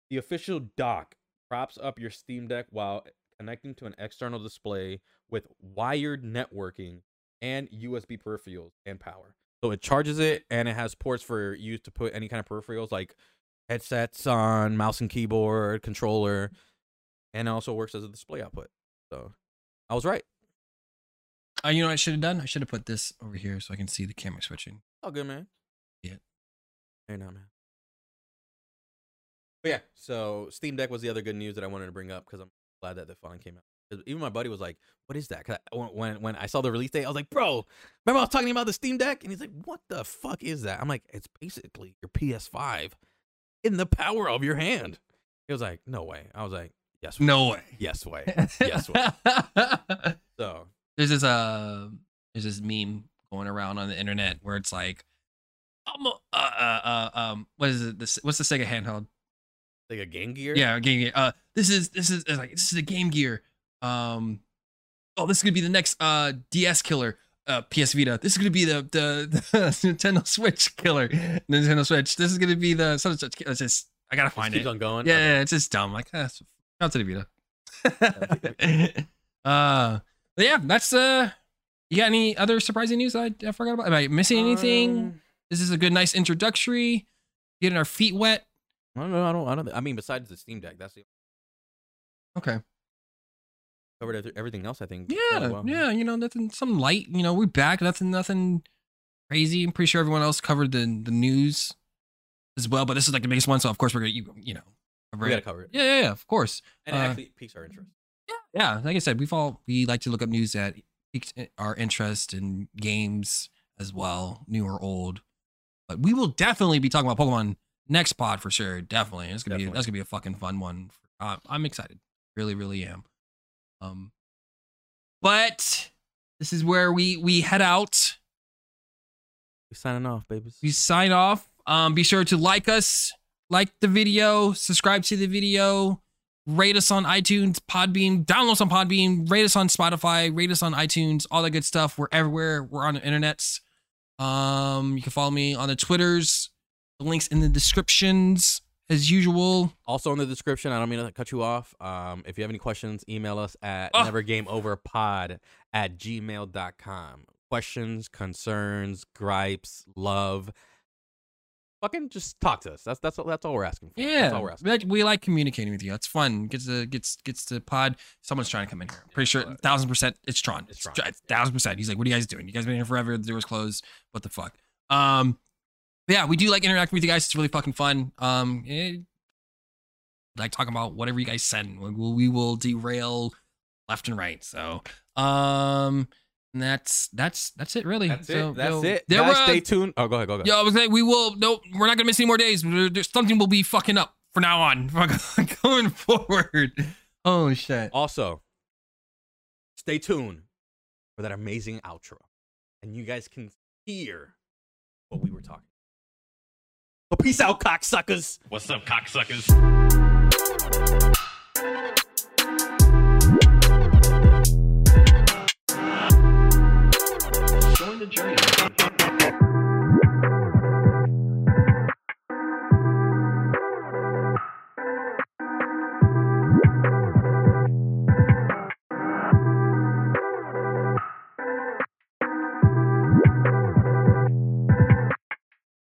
the official dock props up your Steam Deck while connecting to an external display with wired networking and USB peripherals and power. So it charges it and it has ports for you to put any kind of peripherals like headsets on, mouse and keyboard, controller, and it also works as a display output. So I was right.
Uh, you know what I should have done? I should have put this over here so I can see the camera switching.
All good, man.
Yeah.
Hey, now, man. But yeah, so Steam Deck was the other good news that I wanted to bring up because I'm glad that the phone came out. 'Cause Even my buddy was like, "What is that?" 'Cause I, when- when when I saw the release date, I was like, "Bro, remember I was talking about the Steam Deck?" And he's like, "What the fuck is that?" I'm like, "It's basically your PS5 in the power of your hand." He was like, "No way." I was like, "Yes, way.
No way.
yes way." Yes, So
there's this uh, there's this meme going around on the internet where it's like, um, uh, uh, uh, um, what is it? This, what's the Sega handheld?
like a Game Gear.
Yeah, Game Gear. Uh, this is this is it's like this is a Game Gear. Um, oh, this is gonna be the next uh DS killer. Uh, PS Vita. This is gonna be the the, the Nintendo Switch killer. Nintendo Switch. This is gonna be the such and such. ki- It's just I gotta
Just
find it.
keeps on going.
Yeah,
Okay.
yeah, it's just dumb. Like, ah, it's- out to the Vita. uh, but yeah, that's uh. You got any other surprising news I, I forgot about? Am I missing anything?
Um,
This is a good, nice introductory. Getting our feet wet.
I don't know. I don't. I don't. I mean, besides the Steam Deck, that's the
Okay.
covered every- everything else. I think.
Yeah,
fairly well.
yeah. You know, nothing. Some light. You know, we're back. Nothing. Nothing crazy. I'm pretty sure everyone else covered the the news as well. But this is like the biggest one, so of course we're gonna you you know cover
we
it.
gotta cover it.
Yeah, yeah, yeah. Of course.
and it
uh,
actually piques our interest.
yeah, like I said, we've all we like to look up news that piques eh, our interest in games as well, new or old. But we will definitely be talking about Pokemon next pod for sure. Definitely, it's gonna be
Definitely.
that's gonna be a fucking fun one. Uh, I'm excited, really, really am. Um, but this is where we we head out.
We signing off, babies.
We sign off. Um, be sure to like us, like the video, subscribe to the video, rate us on iTunes, Podbean, download us on Podbean, rate us on Spotify, rate us on iTunes, all that good stuff. We're everywhere. We're on the internets. Um, you can follow me on the Twitters. The links in the descriptions, as usual.
Also in the description, I don't mean to cut you off. Um, if you have any questions, email us at
Oh.
nevergameoverpod at gmail.com. Questions, concerns, gripes, love, Fucking just talk to us. That's that's all- that's all we're asking for.
Yeah,
That's all we're asking.
we like, we like communicating with you. It's fun. Gets the gets gets the pod. Someone's trying to come in here. I'm pretty sure,
but-
thousand percent, it's Tron.
It's
It's
Tron.
Tron. Thousand percent. He's like, "What are you guys doing? You guys been here forever. The door's closed. What the fuck?" Um, but yeah, we do like interacting with you guys. It's really fucking fun. Um, eh, like talking about whatever you guys send. We will, we will derail left and right. So, um, and that's that's that's it really.
That's
so,
it. That's
yo,
it.
There
Guys,
were- uh,
stay tuned. Oh, go ahead. Go ahead.
yeah, I was like, we will. Nope, we're not gonna miss any more days. There- there's- something will be fucking up for now on, going forward. Oh shit!
Also, stay tuned for that amazing outro, and you guys can hear what we were talking. But peace out, cocksuckers.
What's up, cocksuckers?